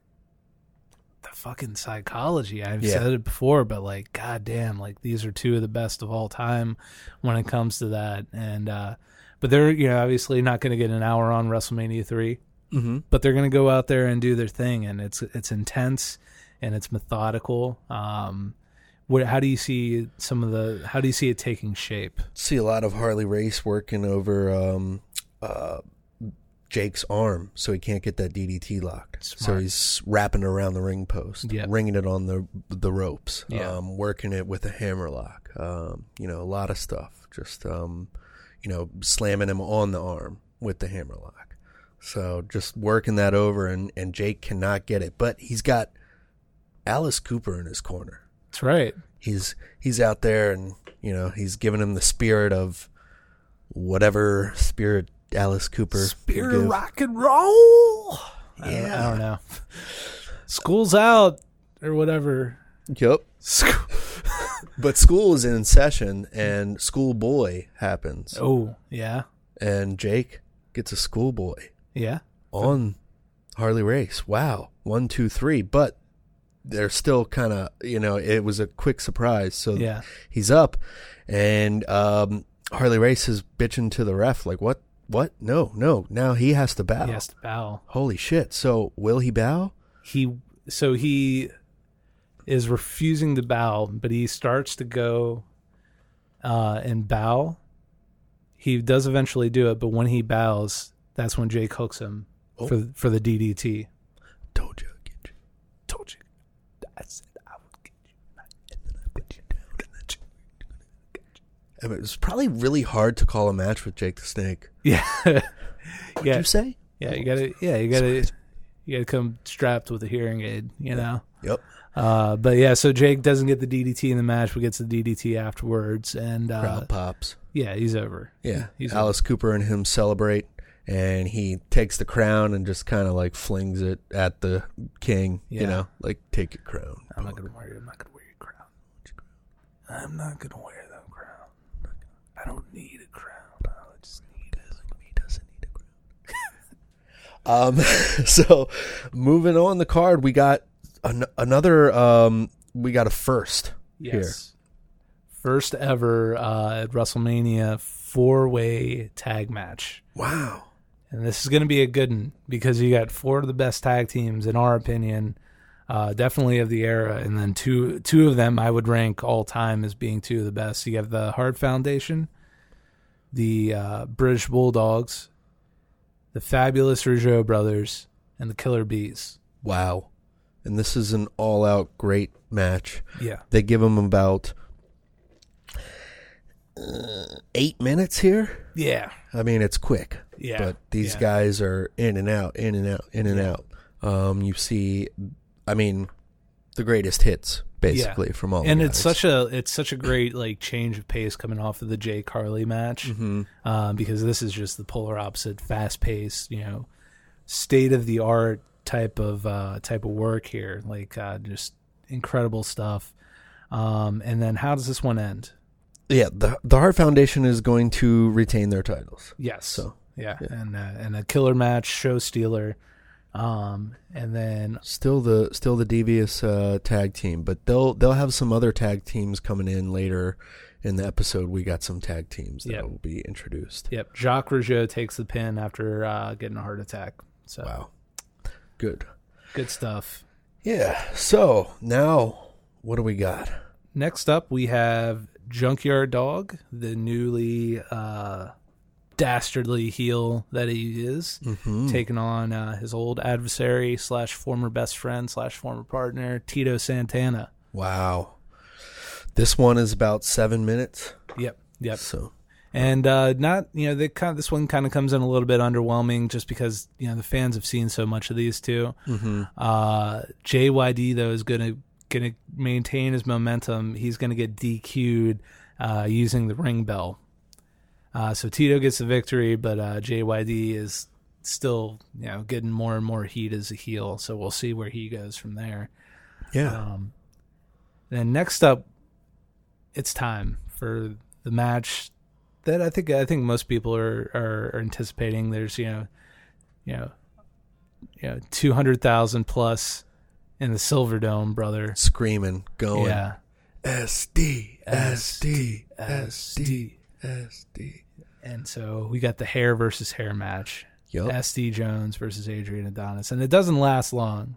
D: the fucking psychology I've
C: Yeah.
D: said it before but like goddamn like these are two of the best of all time when it comes to that and uh but they're you know obviously not going to get an hour on WrestleMania three but they're going to go out there and do their thing and it's it's intense and it's methodical um what how do you see some of the how do you see it taking shape
C: See a lot of Harley Race working over um, uh, Jake's arm, so he can't get that DDT locked. So
D: Smart.
C: he's wrapping it around the ring post,
D: Yeah.
C: ringing it on the the ropes,
D: Yeah.
C: um, working it with a hammer lock. Um, you know, a lot of stuff. Just um, you know, slamming him on the arm. with the hammerlock. So just working that over, and, and Jake cannot get it. But he's got Alice Cooper in his corner.
D: That's right.
C: He's he's out there, and you know he's giving him the spirit of whatever spirit Alice Cooper would give.
D: rock and roll. I
C: Yeah.
D: don't know. School's out or whatever.
C: Yep.
D: School.
C: But school is in session, and schoolboy happens,
D: Oh yeah,
C: and Jake gets a schoolboy.
D: yeah.
C: on Harley Race. Wow. One, two, three. But they're still kind of, you know, it was a quick surprise. So
D: Yeah.
C: he's up. And um, Harley Race is bitching to the ref, like, what? What? No, no. Now he has to bow.
D: He has to bow.
C: Holy shit. So will he bow?
D: He so he is refusing to bow, but he starts to go uh, and bow. He does eventually do it, but when he bows, that's when Jake hooks him for for the DDT.
C: Told you. I'd get you.
D: Told you. I said I would get you.
C: I mean, it was probably really hard to call a match with Jake the Snake.
D: Yeah. yeah.
C: You say?
D: Yeah, you gotta. Yeah, you gotta. You gotta come strapped with a hearing aid, you know.
C: Yep.
D: Uh, but yeah, so Jake doesn't get the DDT in the match, but gets the DDT afterwards, and uh,
C: Crowd pops.
D: yeah, he's over.
C: Yeah,
D: he's
C: Alice Cooper and him celebrate, and he takes the crown and just kind of like flings it at the king.
D: Yeah.
C: You know, like take your crown.
D: I'm not gonna wear. I'm not gonna wear your crown. I'm not gonna wear that crown. I don't need a crown. I just need it. doesn't need a crown.
C: Um, so moving on the card, we got an- another. Um, we got a first.
D: Yes. First ever uh, at WrestleMania four way tag match.
C: Wow.
D: and this is going to be a good one because you got four of the best tag teams in our opinion uh, definitely of the era and then two two of them i would rank all time as being two of the best you have the hart foundation the uh, british bulldogs the fabulous rougeau brothers and the killer bees
C: Wow. And this is an all-out great match.
D: yeah
C: They give him about uh, eight minutes here.
D: yeah
C: I mean, it's quick.
D: Yeah,
C: But these
D: yeah.
C: guys are in and out, in and out, in and out. Um, you see, I mean, the greatest hits basically from all.
D: and
C: the
D: it's
C: guys.
D: such a it's such a great like change of pace coming off of the Jay Carly match
C: Mm-hmm.
D: uh, because this is just the polar opposite fast paced you know state of the art type of uh, type of work here like uh, just incredible stuff um, and then how does this one end
C: yeah. The the Hart Foundation is going to retain their titles.
D: yes
C: So,
D: yeah, and uh, and a killer match show stealer um, and then
C: Still the still the devious uh, tag team, but they'll they'll have some other tag teams coming in later in the episode. We got some tag teams that
D: Yep.
C: will be introduced.
D: yep Jacques Rougeau takes the pin after uh, getting a heart attack so
C: Wow, good.
D: good stuff
C: Yeah. So now what do we got?
D: Next up, we have Junkyard Dog, the newly uh, dastardly heel that he is, taking on uh, his old adversary slash former best friend slash former partner Tito Santana.
C: Wow. This one is about seven minutes.
D: Yep, yep.
C: So
D: And uh, not you know they kind of, this one kind of comes in a little bit underwhelming just because you know the fans have seen so much of these 2 Uh, JYD though is gonna gonna maintain his momentum. He's gonna get DQ'd uh, using the ring bell. Uh, so Tito gets the victory, but uh, JYD is still you know getting more and more heat as a heel. So we'll see where he goes from there.
C: yeah,
D: Um, then next up, it's time for the match that I think I think most people are are, are anticipating. There's you know, you know, you know, two hundred thousand plus in the Silver Dome, brother.
C: screaming, going
D: Yeah,
C: SD SD
D: SD.
C: SD SD.
D: and so we got the hair versus hair match.
C: Yup.
D: SD Jones versus Adrian Adonis, and it doesn't last long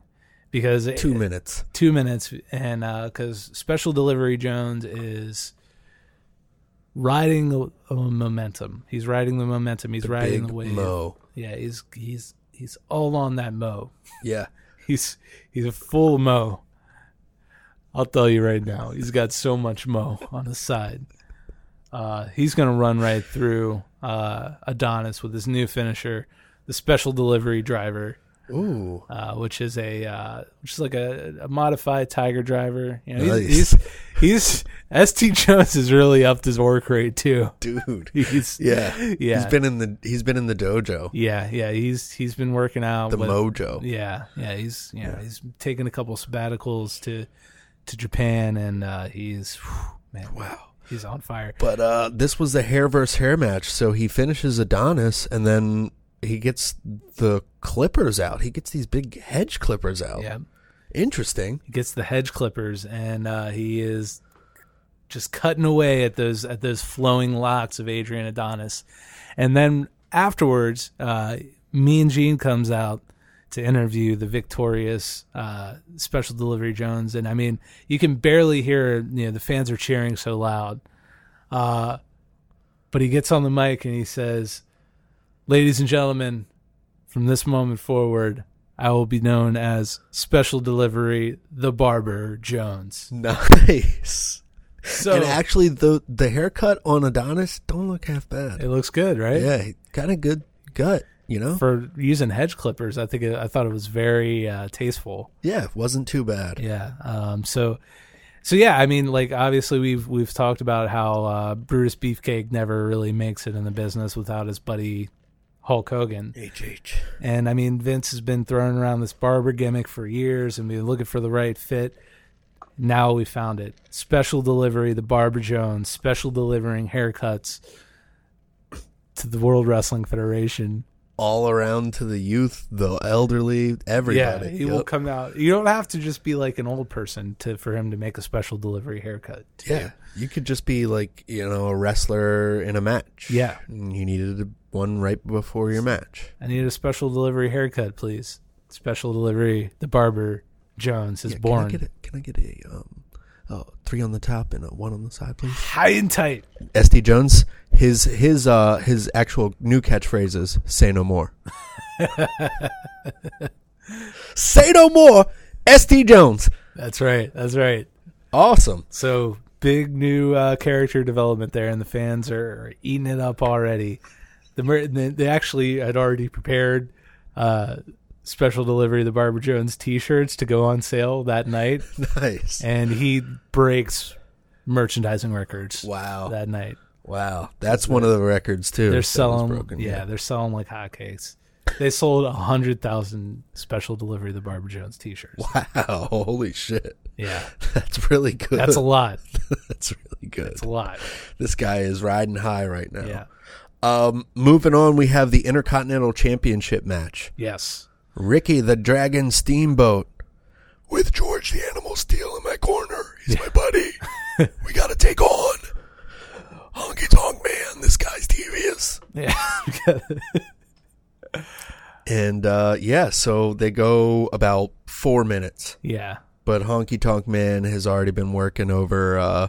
D: because it-
C: Two minutes.
D: two minutes and because special delivery jones is riding the uh, momentum he's riding the momentum he's riding
C: Big
D: the wave
C: Mo.
D: yeah he's he's he's all on that mo
C: Yeah.
D: he's he's a full mo i'll tell you right now he's got so much mo on his side Uh, he's going to run right through uh, Adonis with his new finisher, the special delivery driver. Ooh, uh, which is a uh, which is like a, a modified Tiger driver. You know, he's, he's he's St Jones is really upped his work rate too.
C: dude.
D: He's
C: Yeah,
D: Yeah.
C: He's been in the he's been in the dojo,
D: yeah yeah he's he's been working out
C: the
D: with-
C: mojo.
D: Yeah, yeah, he's you know he's taken a couple sabbaticals to to Japan, and uh, he's whew, man, wow, he's on fire.
C: But uh, this was the hair versus hair match, so he finishes Adonis, and then he gets the clippers out. He gets these big hedge clippers out.
D: Yeah,
C: Interesting.
D: he gets the hedge clippers, and uh, he is just cutting away at those at those flowing locks of Adrian Adonis, and then afterwards, uh, me and Gene comes out to interview the victorious uh, Special Delivery Jones, and I mean, you can barely hear you know the fans are cheering so loud. Uh, but he gets on the mic and he says, "Ladies and gentlemen, from this moment forward, I will be known as Special Delivery the Barber Jones."
C: Nice.
D: So
C: and actually, the the haircut on Adonis don't look half bad.
D: it looks good, right?
C: Yeah, kind of good gut. You know.
D: For using hedge clippers, I think it, I thought it was very uh, tasteful.
C: yeah, wasn't too bad.
D: Yeah. Um, so, so yeah, I mean, like obviously we've we've talked about how uh, Brutus Beefcake never really makes it in the business without his buddy Hulk Hogan.
C: HH.
D: And I mean, Vince has been throwing around this barber gimmick for years and been looking for the right fit. Now we found it. Special delivery, the Barber Jones, special delivering haircuts to the World Wrestling Federation.
C: All around to the youth, the elderly, everybody.
D: he will
C: Yep.
D: come out. You don't have to just be like an old person to for him to make a special delivery haircut. to
C: Yeah. You could just be like, you know, a wrestler in a match.
D: Yeah.
C: And you needed a- one right before your match.
D: I need a special delivery haircut, please. Special delivery, the Barber Jones is
C: Yeah,
D: born.
C: Can I get a, can I get a um, oh, three on the top and a one on the side, please?
D: High and tight.
C: SD Jones, his his uh his actual new catchphrase is "Say no more." Say no more, SD Jones.
D: That's right. That's right.
C: Awesome.
D: So big new uh, character development there, and the fans are eating it up already. The mer- they they actually had already prepared uh, special delivery of the Barbara Jones T-shirts to go on sale that night,
C: Nice.
D: and he breaks merchandising records.
C: Wow.
D: that night
C: wow. That's one of the records too. that
D: they're
C: was
D: selling.
C: broken,
D: yeah, they're selling like hotcakes. They sold a hundred thousand special delivery of the Barbara Jones T-shirts.
C: Wow. Holy shit.
D: Yeah,
C: That's really good.
D: that's a lot.
C: That's really good.
D: It's a lot.
C: This guy is riding high right now.
D: Yeah.
C: Um, moving on, we have the Intercontinental Championship match.
D: Yes.
C: Ricky the Dragon Steamboat with George the Animal Steel in my corner. He's my buddy. we got to take on Honky Tonk Man. This guy's devious.
D: Yeah.
C: And uh, yeah, so they go about four minutes,
D: yeah.
C: but Honky Tonk Man has already been working over uh,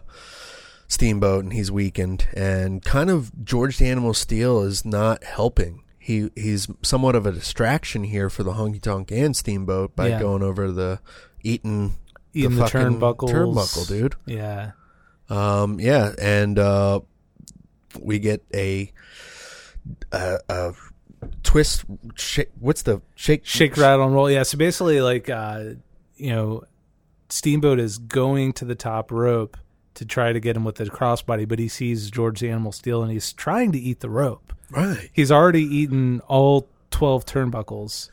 C: Steamboat, and he's weakened. And kind of George the Animal Steel is not helping. He he's somewhat of a distraction here for the Honky Tonk and Steamboat by
D: Yeah.
C: going over the eating
D: Eating the,
C: fucking
D: turnbuckles.
C: turnbuckle, dude.
D: Yeah.
C: Um, yeah, and uh, we get a a, a twist. Shake, what's the shake?
D: Shake, rattle, and roll. Yeah. So basically, like, uh, you know, Steamboat is going to the top rope to try to get him with the crossbody, but he sees George the Animal Steel and he's trying to eat the rope.
C: right.
D: He's already eaten all 12 turnbuckles.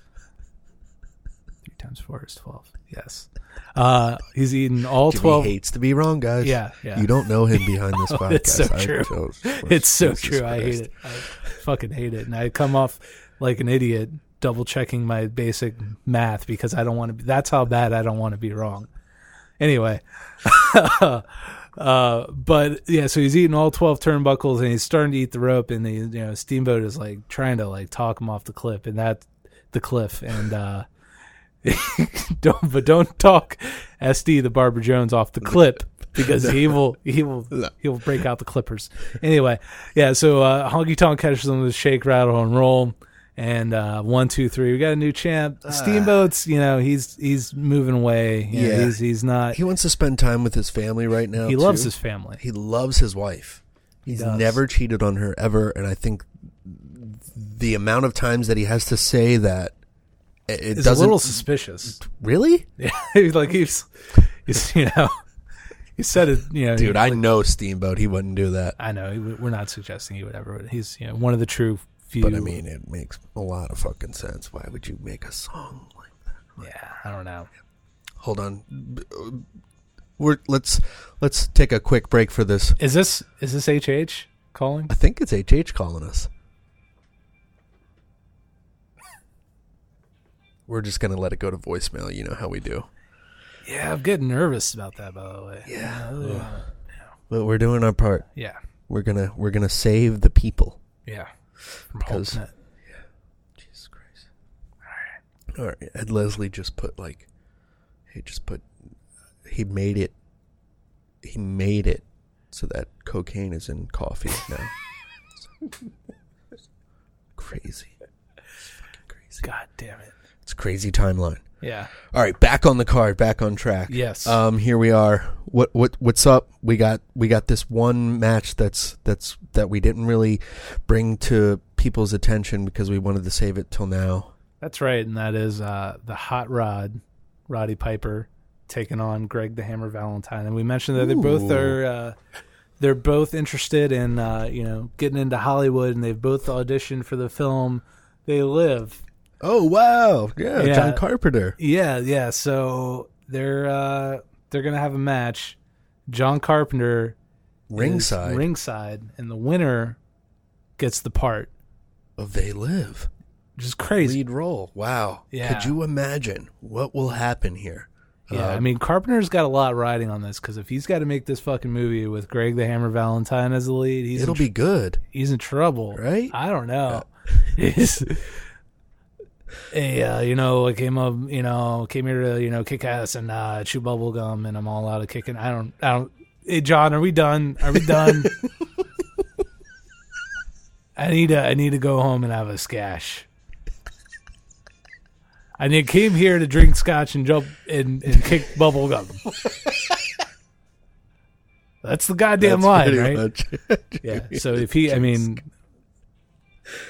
D: Three times four is 12. Yes. Uh, he's eaten all
C: Jimmy
D: 12.
C: hates to be wrong, guys.
D: Yeah, yeah.
C: You don't know him behind this podcast.
D: it's so
C: I
D: true.
C: feel-
D: it's so
C: Jesus
D: true. I hate
C: Christ.
D: it. I fucking hate it. And I come off like an idiot double checking my basic math because I don't want to be that's how bad I don't want to be wrong. Anyway. uh but yeah, so he's eating all 12 turnbuckles and he's starting to eat the rope and the you know Steamboat is like trying to like talk him off the cliff and that the cliff and uh don't but don't talk SD the Barber Jones off the clip because he will he will he will break out the clippers. Anyway, yeah, so uh Honky Tonk catches them with shake, rattle, and roll. And uh one, two, three, we got a new champ.
C: Ah.
D: Steamboat's, you know, he's he's moving away. You know,
C: Yeah.
D: he's he's not
C: He wants to spend time with his family right now.
D: he loves
C: too.
D: his family.
C: He loves his wife. He's
D: does.
C: never cheated on her ever, and I think the amount of times that he has to say that it it
D: It's a
C: doesn't
D: little suspicious.
C: really,
D: Yeah, like he's, he's you know, he said it. You know,
C: dude.
D: he-
C: I know Steamboat. He wouldn't do that,
D: I know he w- we're not suggesting he would ever. but He's you know one of the true few.
C: but I mean, it makes a lot of fucking sense. Why would you make a song like?
D: yeah, I don't know.
C: Hold on, B- uh, we're let's let's take a quick break for this.
D: Is this is this HH calling?
C: I think it's HH calling us. We're just gonna let it go to voicemail. You know how we do.
D: Yeah, I'm getting nervous about that. By the way. Yeah.
C: But we're doing our part.
D: Yeah.
C: We're gonna we're gonna save the people.
D: Yeah. From
C: Because-
D: Hulknet.
C: Jesus Christ. All right. And Leslie just put like, he just put, he made it, he made it so that cocaine is in coffee now. crazy. It's fucking crazy.
D: God damn it.
C: It's crazy timeline.
D: Yeah.
C: All right, back on the card, back on track.
D: Yes.
C: Um, here we are. What what what's up? We got we got this one match that's that's that we didn't really bring to people's attention because we wanted to save it till now.
D: That's right, and that is uh, the Hot Rod, Roddy Piper, taking on Greg the Hammer Valentine, and we mentioned that they both are uh, they're both interested in uh, you know getting into Hollywood, and they've both auditioned for the film They Live.
C: Oh wow, yeah,
D: Yeah.
C: John Carpenter.
D: Yeah, yeah. So they're uh, they're gonna have a match. John Carpenter is
C: Ringside
D: ringside, and the winner gets the part,
C: of They Live.
D: which is crazy.
C: Lead role. Wow.
D: Yeah.
C: Could you imagine what will happen here?
D: Yeah,
C: Uh,
D: I mean Carpenter's got a lot riding on this because if he's got to make this fucking movie with Greg the Hammer Valentine as the lead, he's
C: It'll
D: in, tr-
C: be good.
D: he's in trouble,
C: Right?
D: I don't know. He's- hey, uh, you know, I came up, you know, came here to you know kick ass and uh, chew bubble gum, and I'm all out of kicking. I don't, I don't. Hey, John, are we done? Are we done? I need to, I need to go home and have a scash. I need- came here to drink scotch and jump and, and kick bubble gum. That's the goddamn line, right? Yeah. So if he, I mean,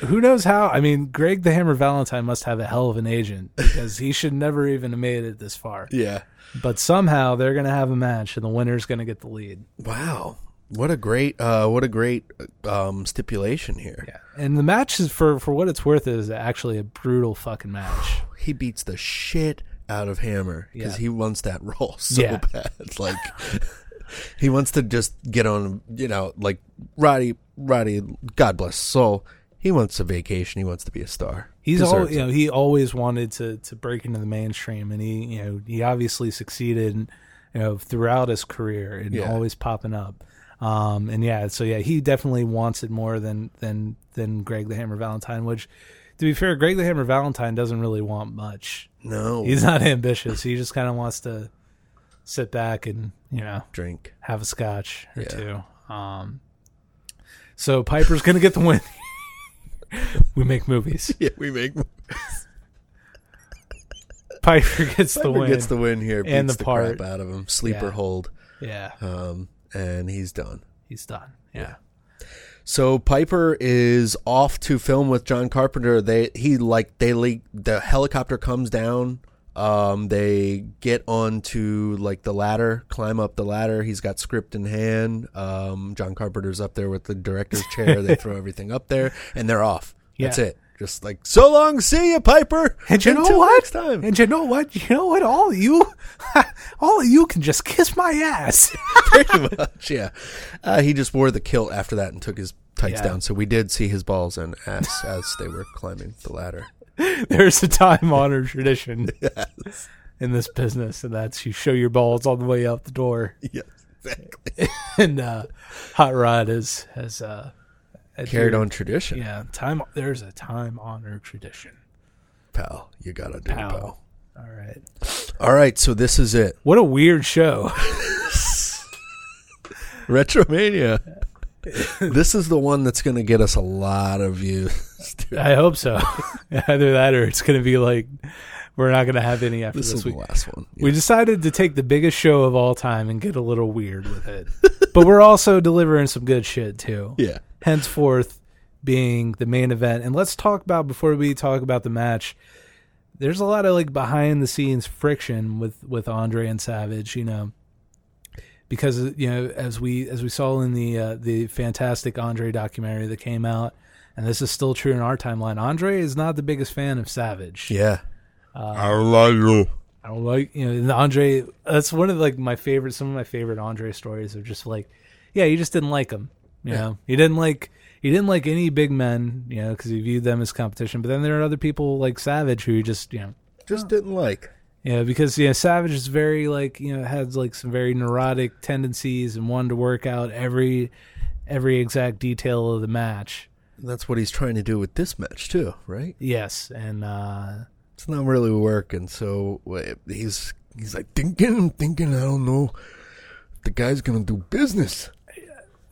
D: who knows how? I mean, Greg the Hammer Valentine must have a hell of an agent because he should never even have made it this far.
C: yeah.
D: But somehow they're gonna have a match, and the winner's gonna get the lead.
C: Wow. What a great uh what a great um stipulation here.
D: Yeah. And the match is for for what it's worth is actually a brutal fucking match.
C: he beats the shit out of Hammer because
D: Yeah.
C: he wants that role so
D: Yeah.
C: bad. Like he wants to just get on, you know, like Roddy. Roddy, God bless his soul. He wants a vacation. He wants to be a star.
D: He's all
C: Deserves
D: you know. He always wanted to to break into the mainstream, and he you know he obviously succeeded, you know, throughout his career and
C: Yeah.
D: always popping up. Um, and yeah, so yeah, he definitely wants it more than than than Greg the Hammer Valentine. Which, to be fair, Greg the Hammer Valentine doesn't really want much.
C: it. no
D: He's not ambitious. He just kind of wants to sit back and you know
C: drink.
D: have a scotch or
C: Yeah.
D: two. Um, so Piper's gonna get the win. we make movies.
C: Yeah, we make
D: Piper gets the
C: Hammer
D: win.
C: gets the win here
D: And
C: beats
D: the part.
C: crap out of him. Sleeper
D: Yeah.
C: hold,
D: yeah,
C: um, and he's done.
D: he's done. Yeah.
C: So Piper is off to film with John Carpenter. They he like they le- the helicopter comes down. Um, they get onto like the ladder, climb up the ladder. He's got script in hand. Um, John Carpenter's up there with the director's chair. they throw everything up there, and they're off. That's
D: Yeah.
C: it. Just like so long, see you, Piper.
D: And you know
C: Until
D: what?
C: Next time.
D: And you know what? You know what? All of you, all of you can just kiss my ass.
C: pretty much, yeah. Uh, he just wore the kilt after that and took his tights
D: Yeah.
C: down. So we did see his balls and ass as they were climbing the ladder.
D: There's a time honored tradition in this business, and that's you show your balls all the way out the door.
C: Yes, exactly.
D: And uh, Hot Rod has has uh,
C: carried
D: adhered-
C: on tradition,
D: Yeah, time. There's a time honored tradition.
C: pal. You gotta do, it,
D: Ow.
C: pal.
D: All right.
C: All right, so this is it.
D: What a weird show.
C: Retromania. this is the one that's gonna get us a lot of views. dude.
D: I hope so. Either that, or it's going to be like We're not going to have any after this,
C: This is the
D: week.
C: last one.
D: We decided to take the biggest show of all time and get a little weird with it. but we're also delivering some good shit too.
C: Yeah.
D: Henceforth being the main event. And let's talk about before we talk about the match, there's a lot of like behind the scenes friction with with Andre and Savage, you know. Because you know, as we as we saw in the uh, the fantastic Andre documentary that came out, and this is still true in our timeline, Andre is not the biggest fan of Savage.
C: Yeah.
D: Uh,
G: I love you.
D: I don't like you know and Andre. That's one of like my favorite. Some of my favorite Andre stories are just like, yeah, you just didn't like him. You know, you didn't like you didn't like any big men. You know, because you viewed them as competition. But then there are other people like Savage who you just you know.
C: Just didn't like.
D: Yeah, because you know, Savage is very like you know has like some very neurotic tendencies and wanted to work out every every exact detail of the match.
C: That's what he's trying to do with this match too, right?
D: Yes, and uh
C: It's not really working. So uh, he's he's like thinking, I'm thinking, I don't know. The guy's gonna do business.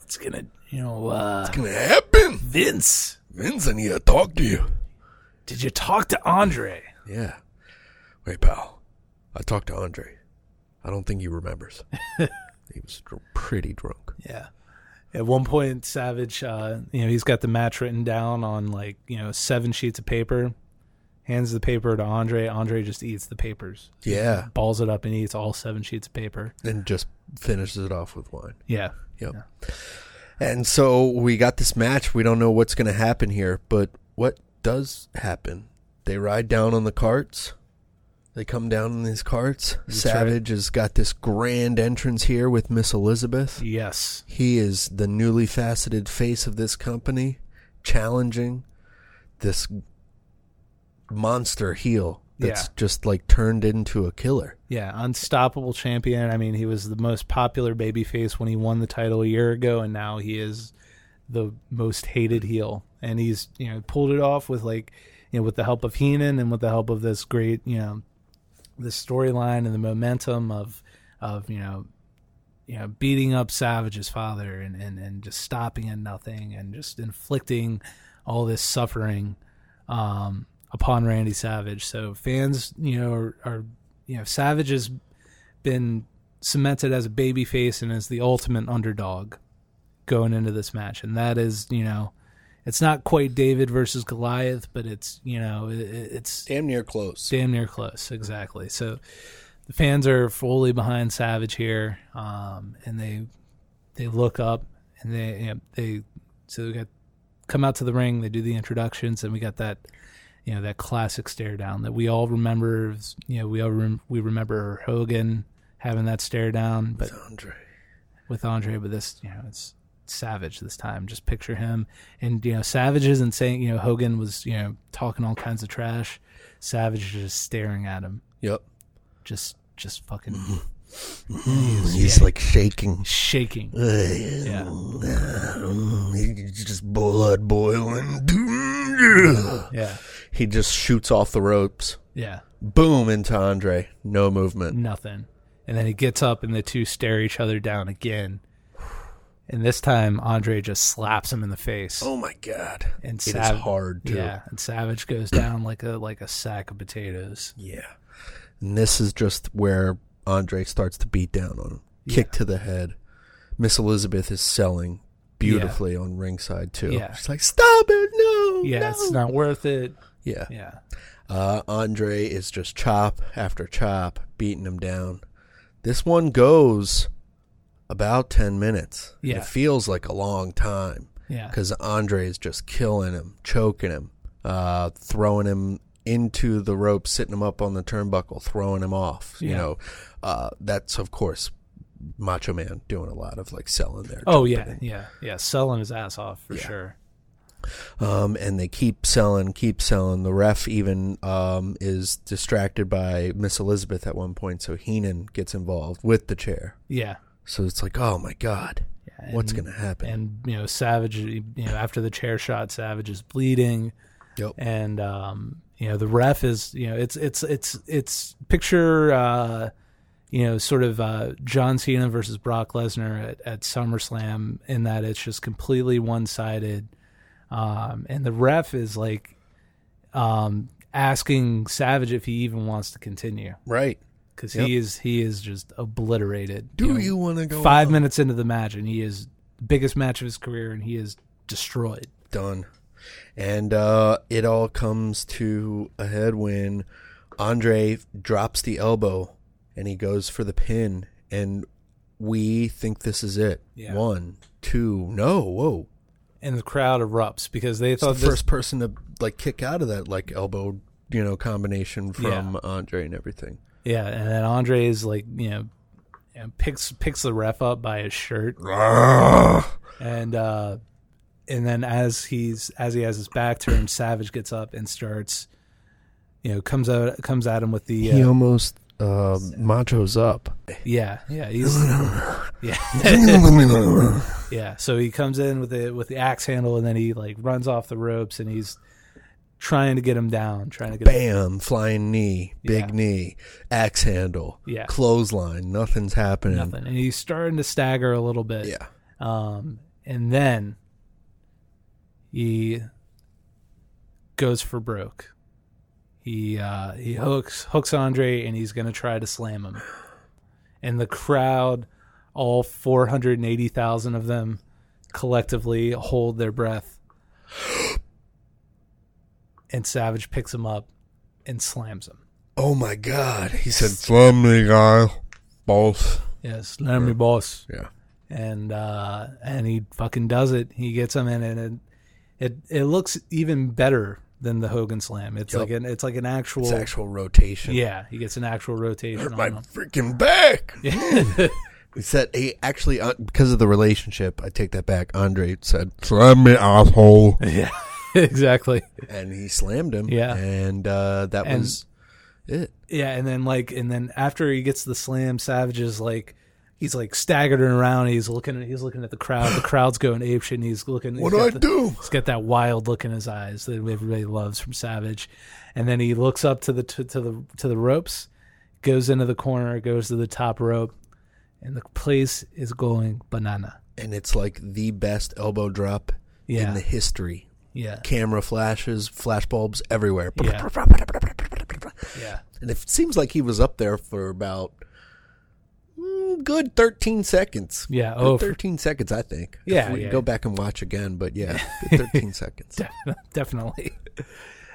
D: it's gonna you know uh
C: It's gonna happen.
D: Vince,
C: Vince, I need to talk to you.
D: did you talk to Andre?
C: Yeah. Wait, pal. I talked to Andre. I don't think he remembers. he was dr- pretty drunk.
D: Yeah. At one point, Savage, uh, you know, he's got the match written down on like you know seven sheets of paper. Hands the paper to Andre. Andre just eats the papers,
C: Yeah.
D: balls it up, and eats all seven sheets of paper.
C: And just finishes it off with wine.
D: Yeah,
C: Yep. And so we got this match. We don't know what's going to happen here, but what does happen? They ride down on the carts. They come down in these carts. Savage has got this grand entrance here with Miss Elizabeth.
D: yes,
C: He is the newly faceted face of this company, challenging this monster heel that's
D: Yeah.
C: just like turned into a killer.
D: yeah, unstoppable champion. I mean, he was the most popular babyface when he won the title a year ago, and now he is the most hated heel. And he's you know pulled it off with like you know with the help of Heenan and with the help of this great you know the storyline and the momentum of of you know you know beating up Savage's father and and, and just stopping at nothing and just inflicting all this suffering um, upon Randy Savage. So fans, you know, are, are you know Savage has been cemented as a babyface and as the ultimate underdog going into this match, and that is you know. It's not quite David versus Goliath, but it's you know it, it's
C: Damn near close.
D: damn near close exactly so the fans are fully behind savage here um, and they they look up and they you know, they so we got come out to the ring they do the introductions and we got that you know that classic stare down that we all remember you know we all rem- we remember hogan having that stare down but
C: Andre.
D: with Andre, but this, you know, it's Savage this time. Just picture him. And, you know, Savage isn't saying, you know, Hogan was, you know, talking all kinds of trash. Savage is just staring at him.
C: Yep.
D: Just, just fucking
C: He's like shaking.
D: shaking. Yeah.
C: He's Mm, just blood boiling. Yeah.
D: Yeah.
C: He just shoots off the ropes.
D: Yeah.
C: Boom into Andre. No movement.
D: Nothing. And then he gets up and the two stare each other down again. And this time, Andre just slaps him in the face.
C: Oh my god.
D: and
C: it is
D: Sav-
C: hard too.
D: Yeah, and Savage goes down like a like a sack of potatoes.
C: Yeah. And this is just where Andre starts to beat down on him. Kick to the head. Miss Elizabeth is selling beautifully on ringside too.
D: Yeah.
C: She's like, Stop it, no.
D: Yeah,
C: Oh, no."
D: it's not worth it.
C: Yeah.
D: Yeah,
C: Uh, Andre is just chop after chop, beating him down. This one goes about 10 minutes.
D: Yeah.
C: It feels like a long time
D: yeah.
C: because Andre is just killing him, choking him, uh, throwing him into the rope, sitting him up on the turnbuckle, throwing him off. You
D: Yeah.
C: know, uh, that's, of course, Macho Man doing a lot of like selling there.
D: Oh yeah, yeah, yeah. Selling his ass off for sure.
C: um, and they keep selling, keep selling. The ref even um, is distracted by Miss Elizabeth at one point, so Heenan gets involved with the chair.
D: Yeah,
C: So it's like, oh my god, what's gonna happen?
D: and you know, Savage. You know, after the chair shot, Savage is bleeding,
C: yep.
D: and um, you know, the ref is. You know, it's it's it's it's picture. Uh, you know, sort of uh, John Cena versus Brock Lesnar at, at SummerSlam, in that it's just completely one sided. Um, and the ref is like um, asking Savage if he even wants to continue
C: Right.
D: because he is he is just obliterated.
C: Do
D: know,
C: you want to go
D: five minutes into the match and he is biggest match of his career and he is destroyed.
C: done. And uh, it all comes to a head when Andre drops the elbow and he goes for the pin. And we think this is it.
D: Yeah.
C: One, two, no, whoa.
D: And the crowd erupts because they
C: It's the
D: thought this,
C: first person to like kick out of that like elbow, you know, combination from Andre and everything.
D: yeah, and then Andre is like, you know, you know, picks picks the ref up by his shirt. and uh and then as he's as he has his back turned, Savage gets up and starts you know, comes out comes at him with the
C: He
D: uh,
C: almost uh, machos up.
D: yeah, yeah, he's yeah. Yeah, so he comes in with the with the axe handle, and then he like runs off the ropes, and he's trying to get him down, trying to get. Him.
C: Bam, flying knee, big
D: Yeah.
C: knee, axe handle,
D: Yeah.
C: clothesline, nothing's happening.
D: Nothing, and he's starting to stagger a little bit.
C: Yeah.
D: Um, and then he goes for broke. He uh, he hooks hooks Andre, and he's gonna try to slam him. And the crowd, all four hundred and eighty thousand of them, collectively hold their breath. And Savage picks him up and slams him.
C: Oh my God. He said,
G: Slam me, guy. Oh. Boss.
D: Yeah, slam me, boss.
C: Yeah.
D: and uh, and he fucking does it. He gets him in, and it it, it looks even better than the Hogan Slam. It's
C: Yep.
D: like an it's like an actual,
C: it's actual rotation.
D: yeah. Uh-huh. He gets an actual rotation.
C: My
D: On him.
C: freaking back. He said, he actually, uh, because of the relationship, I take that back. Andre said,
G: Slam me, asshole.
D: exactly.
C: and he slammed him.
D: Yeah.
C: And uh, that
D: And-
C: was it.
D: Yeah, and then like and then after he gets the slam, Savage is like. He's like staggering around. He's looking. He's looking at the crowd. The crowd's going apeshit. And he's looking.
C: What
D: he's
C: do I
D: got the-
C: do?
D: He's got that wild look in his eyes that everybody loves from Savage, and then he looks up to the to, to the to the ropes, goes into the corner, goes to the top rope, and the place is going banana.
C: And it's like the best elbow drop
D: Yeah.
C: in the history.
D: Yeah,
C: Camera flashes, flash bulbs everywhere.
D: Yeah. yeah,
C: And it seems like he was up there for about mm, good 13 seconds.
D: yeah.
C: Good
D: Oh, for-
C: 13 seconds, I think. If
D: Yeah,
C: we
D: yeah.
C: go back and watch again, but yeah, good 13 seconds.
D: definitely.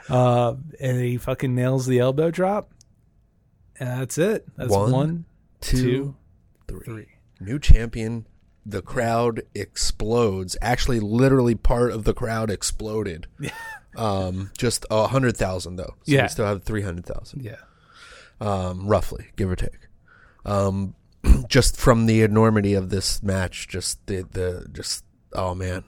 D: Uh, and he fucking nails the elbow drop, and that's it. That's
C: One,
D: one,
C: Two,
D: two,
C: three.
D: three.
C: New champion. The crowd explodes. Actually, literally, part of the crowd exploded. um, just a hundred thousand though. So
D: Yeah.
C: we still have three hundred thousand.
D: Yeah,
C: um, roughly, give or take. Um, just from the enormity of this match, just the the just oh man,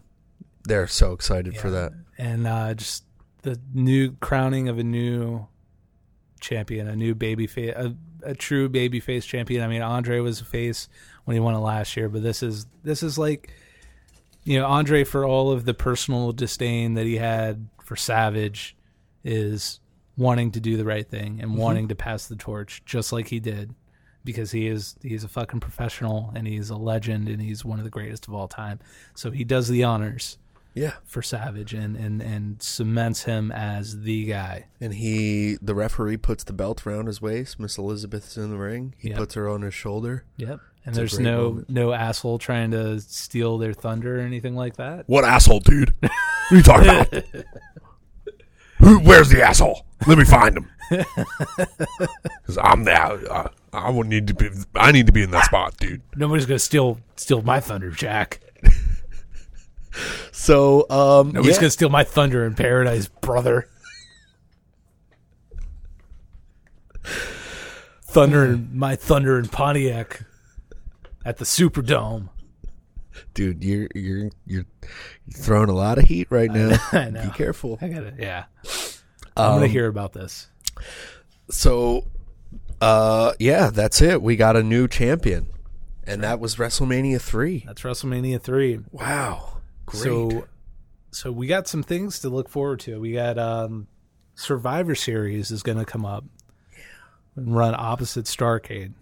C: they're so excited for that.
D: and uh, just the new crowning of a new champion, a new baby face, a, a true baby face champion. I mean, Andre was a face when he won it last year, but this is this is like, you know, Andre for all of the personal disdain that he had for Savage, is wanting to do the right thing and wanting to pass the torch just like he did because he is he's a fucking professional and he's a legend and he's one of the greatest of all time so he does the honors
C: Yeah,
D: for Savage and and and cements him as the guy.
C: and he the referee puts the belt around his waist. Miss Elizabeth's in the ring. He
D: Yep.
C: puts her on his shoulder.
D: Yep. And
C: a
D: there's
C: great
D: no
C: moment.
D: no asshole trying to steal their thunder or anything like that.
G: What asshole, dude? What you talking about? Who? Where's the asshole? Let me find him. Because I'm the. Uh, I would need to be. I need to be in that spot, dude.
D: Nobody's gonna steal steal my thunder, Jack.
C: So um,
D: Nobody's
C: yeah.
D: gonna steal my thunder in paradise, brother. Thunder and my thunder in Pontiac at the Superdome.
C: dude, you're you're you're throwing a lot of heat right now.
D: I know.
C: Be careful.
D: I got it. Yeah. I'm gonna hear about this.
C: So, uh, yeah, that's it. We got a new champion, and that was WrestleMania three.
D: That's WrestleMania three.
C: Wow, great.
D: So, so we got some things to look forward to. We got um, Survivor Series is going to come up and run opposite Starcade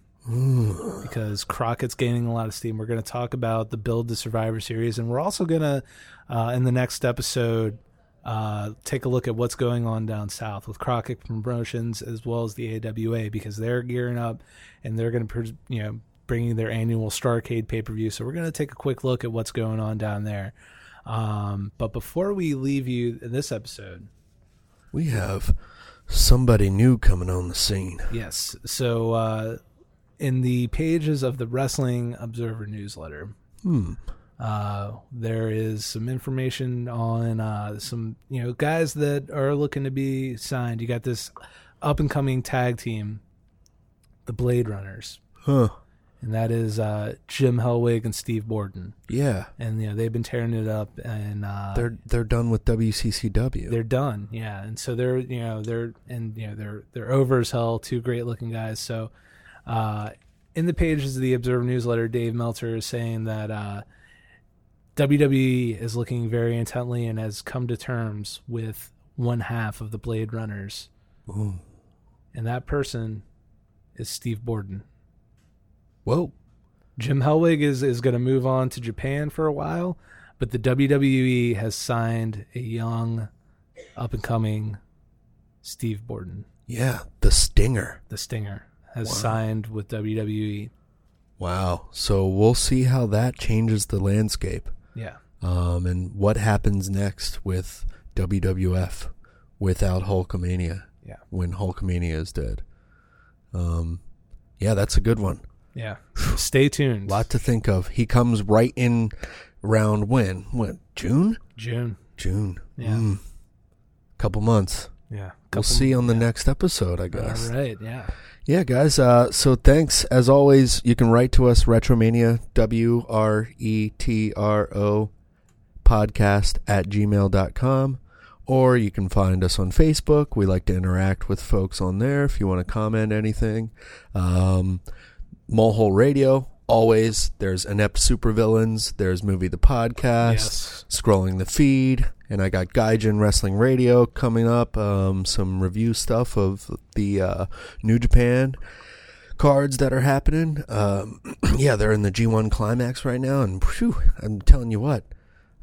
D: because Crockett's gaining a lot of steam. We're going to talk about the build to Survivor Series, and we're also going to uh, in the next episode uh, take a look at what's going on down south with Crockett Promotions as well as the AWA because they're gearing up and they're going to, you know, bringing their annual Starcade pay per view. So we're going to take a quick look at what's going on down there. Um, but before we leave you in this episode,
C: We have somebody new coming on the scene.
D: yes. So uh, in the pages of the Wrestling Observer newsletter, uh, there is some information on uh, some you know guys that are looking to be signed. You got this up and coming tag team, the Blade Runners,
C: Huh.
D: and that is uh, Jim Hellwig and Steve Borden.
C: Yeah.
D: And you know they've been tearing it up, and uh,
C: They're they're done with WCCW.
D: they're done yeah and so they're you know they're and you know they're they're over as hell two great looking guys so uh in the pages of the observer newsletter dave meltzer is saying that uh wwe is looking very intently and has come to terms with one half of the blade runners and that person is steve borden
C: Whoa.
D: Jim Hellwig is is going to move on to Japan for a while, but the WWE has signed a young, up and coming Steve Borden.
C: Yeah. The Stinger.
D: The Stinger has signed with E. WWE.
C: Wow. So we'll see how that changes the landscape.
D: Yeah,
C: Um, and what happens next with WWF without Hulkamania?
D: Yeah.
C: When Hulkamania is dead. Um, yeah, that's a good one.
D: yeah. Stay tuned.
C: Lot to think of. He comes right in round when? When June?
D: June.
C: June. Hmm.
D: Yeah.
C: Couple months.
D: Yeah.
C: We'll see on the next episode, I guess.
D: All right. Yeah.
C: Yeah, guys. Uh, so thanks as always. You can write to us retromania w r e t r o podcast at gmail.com or you can find us on Facebook. We like to interact with folks on there if you want to comment anything. Um, Mulhole Radio. Always, there's inept supervillains. There's movie the podcast.
D: Yes.
C: Scrolling the feed, and I got Gaijin Wrestling Radio coming up. Um, some review stuff of the uh, New Japan cards that are happening. Um, yeah, they're in the G1 climax right now, and phew, I'm telling you what,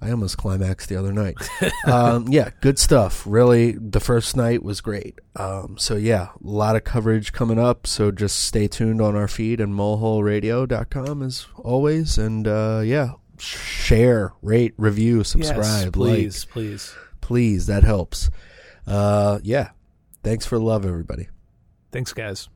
C: I almost climaxed the other night. um, yeah, good stuff. Really, the first night was great. Um, so yeah, a lot of coverage coming up. So just stay tuned on our feed and molholeradio.com as always. And uh, yeah, share, rate, review, subscribe,
D: yes,
C: please.
D: please, please.
C: like, please. That helps. Uh, yeah, thanks for the love, everybody.
D: Thanks, guys.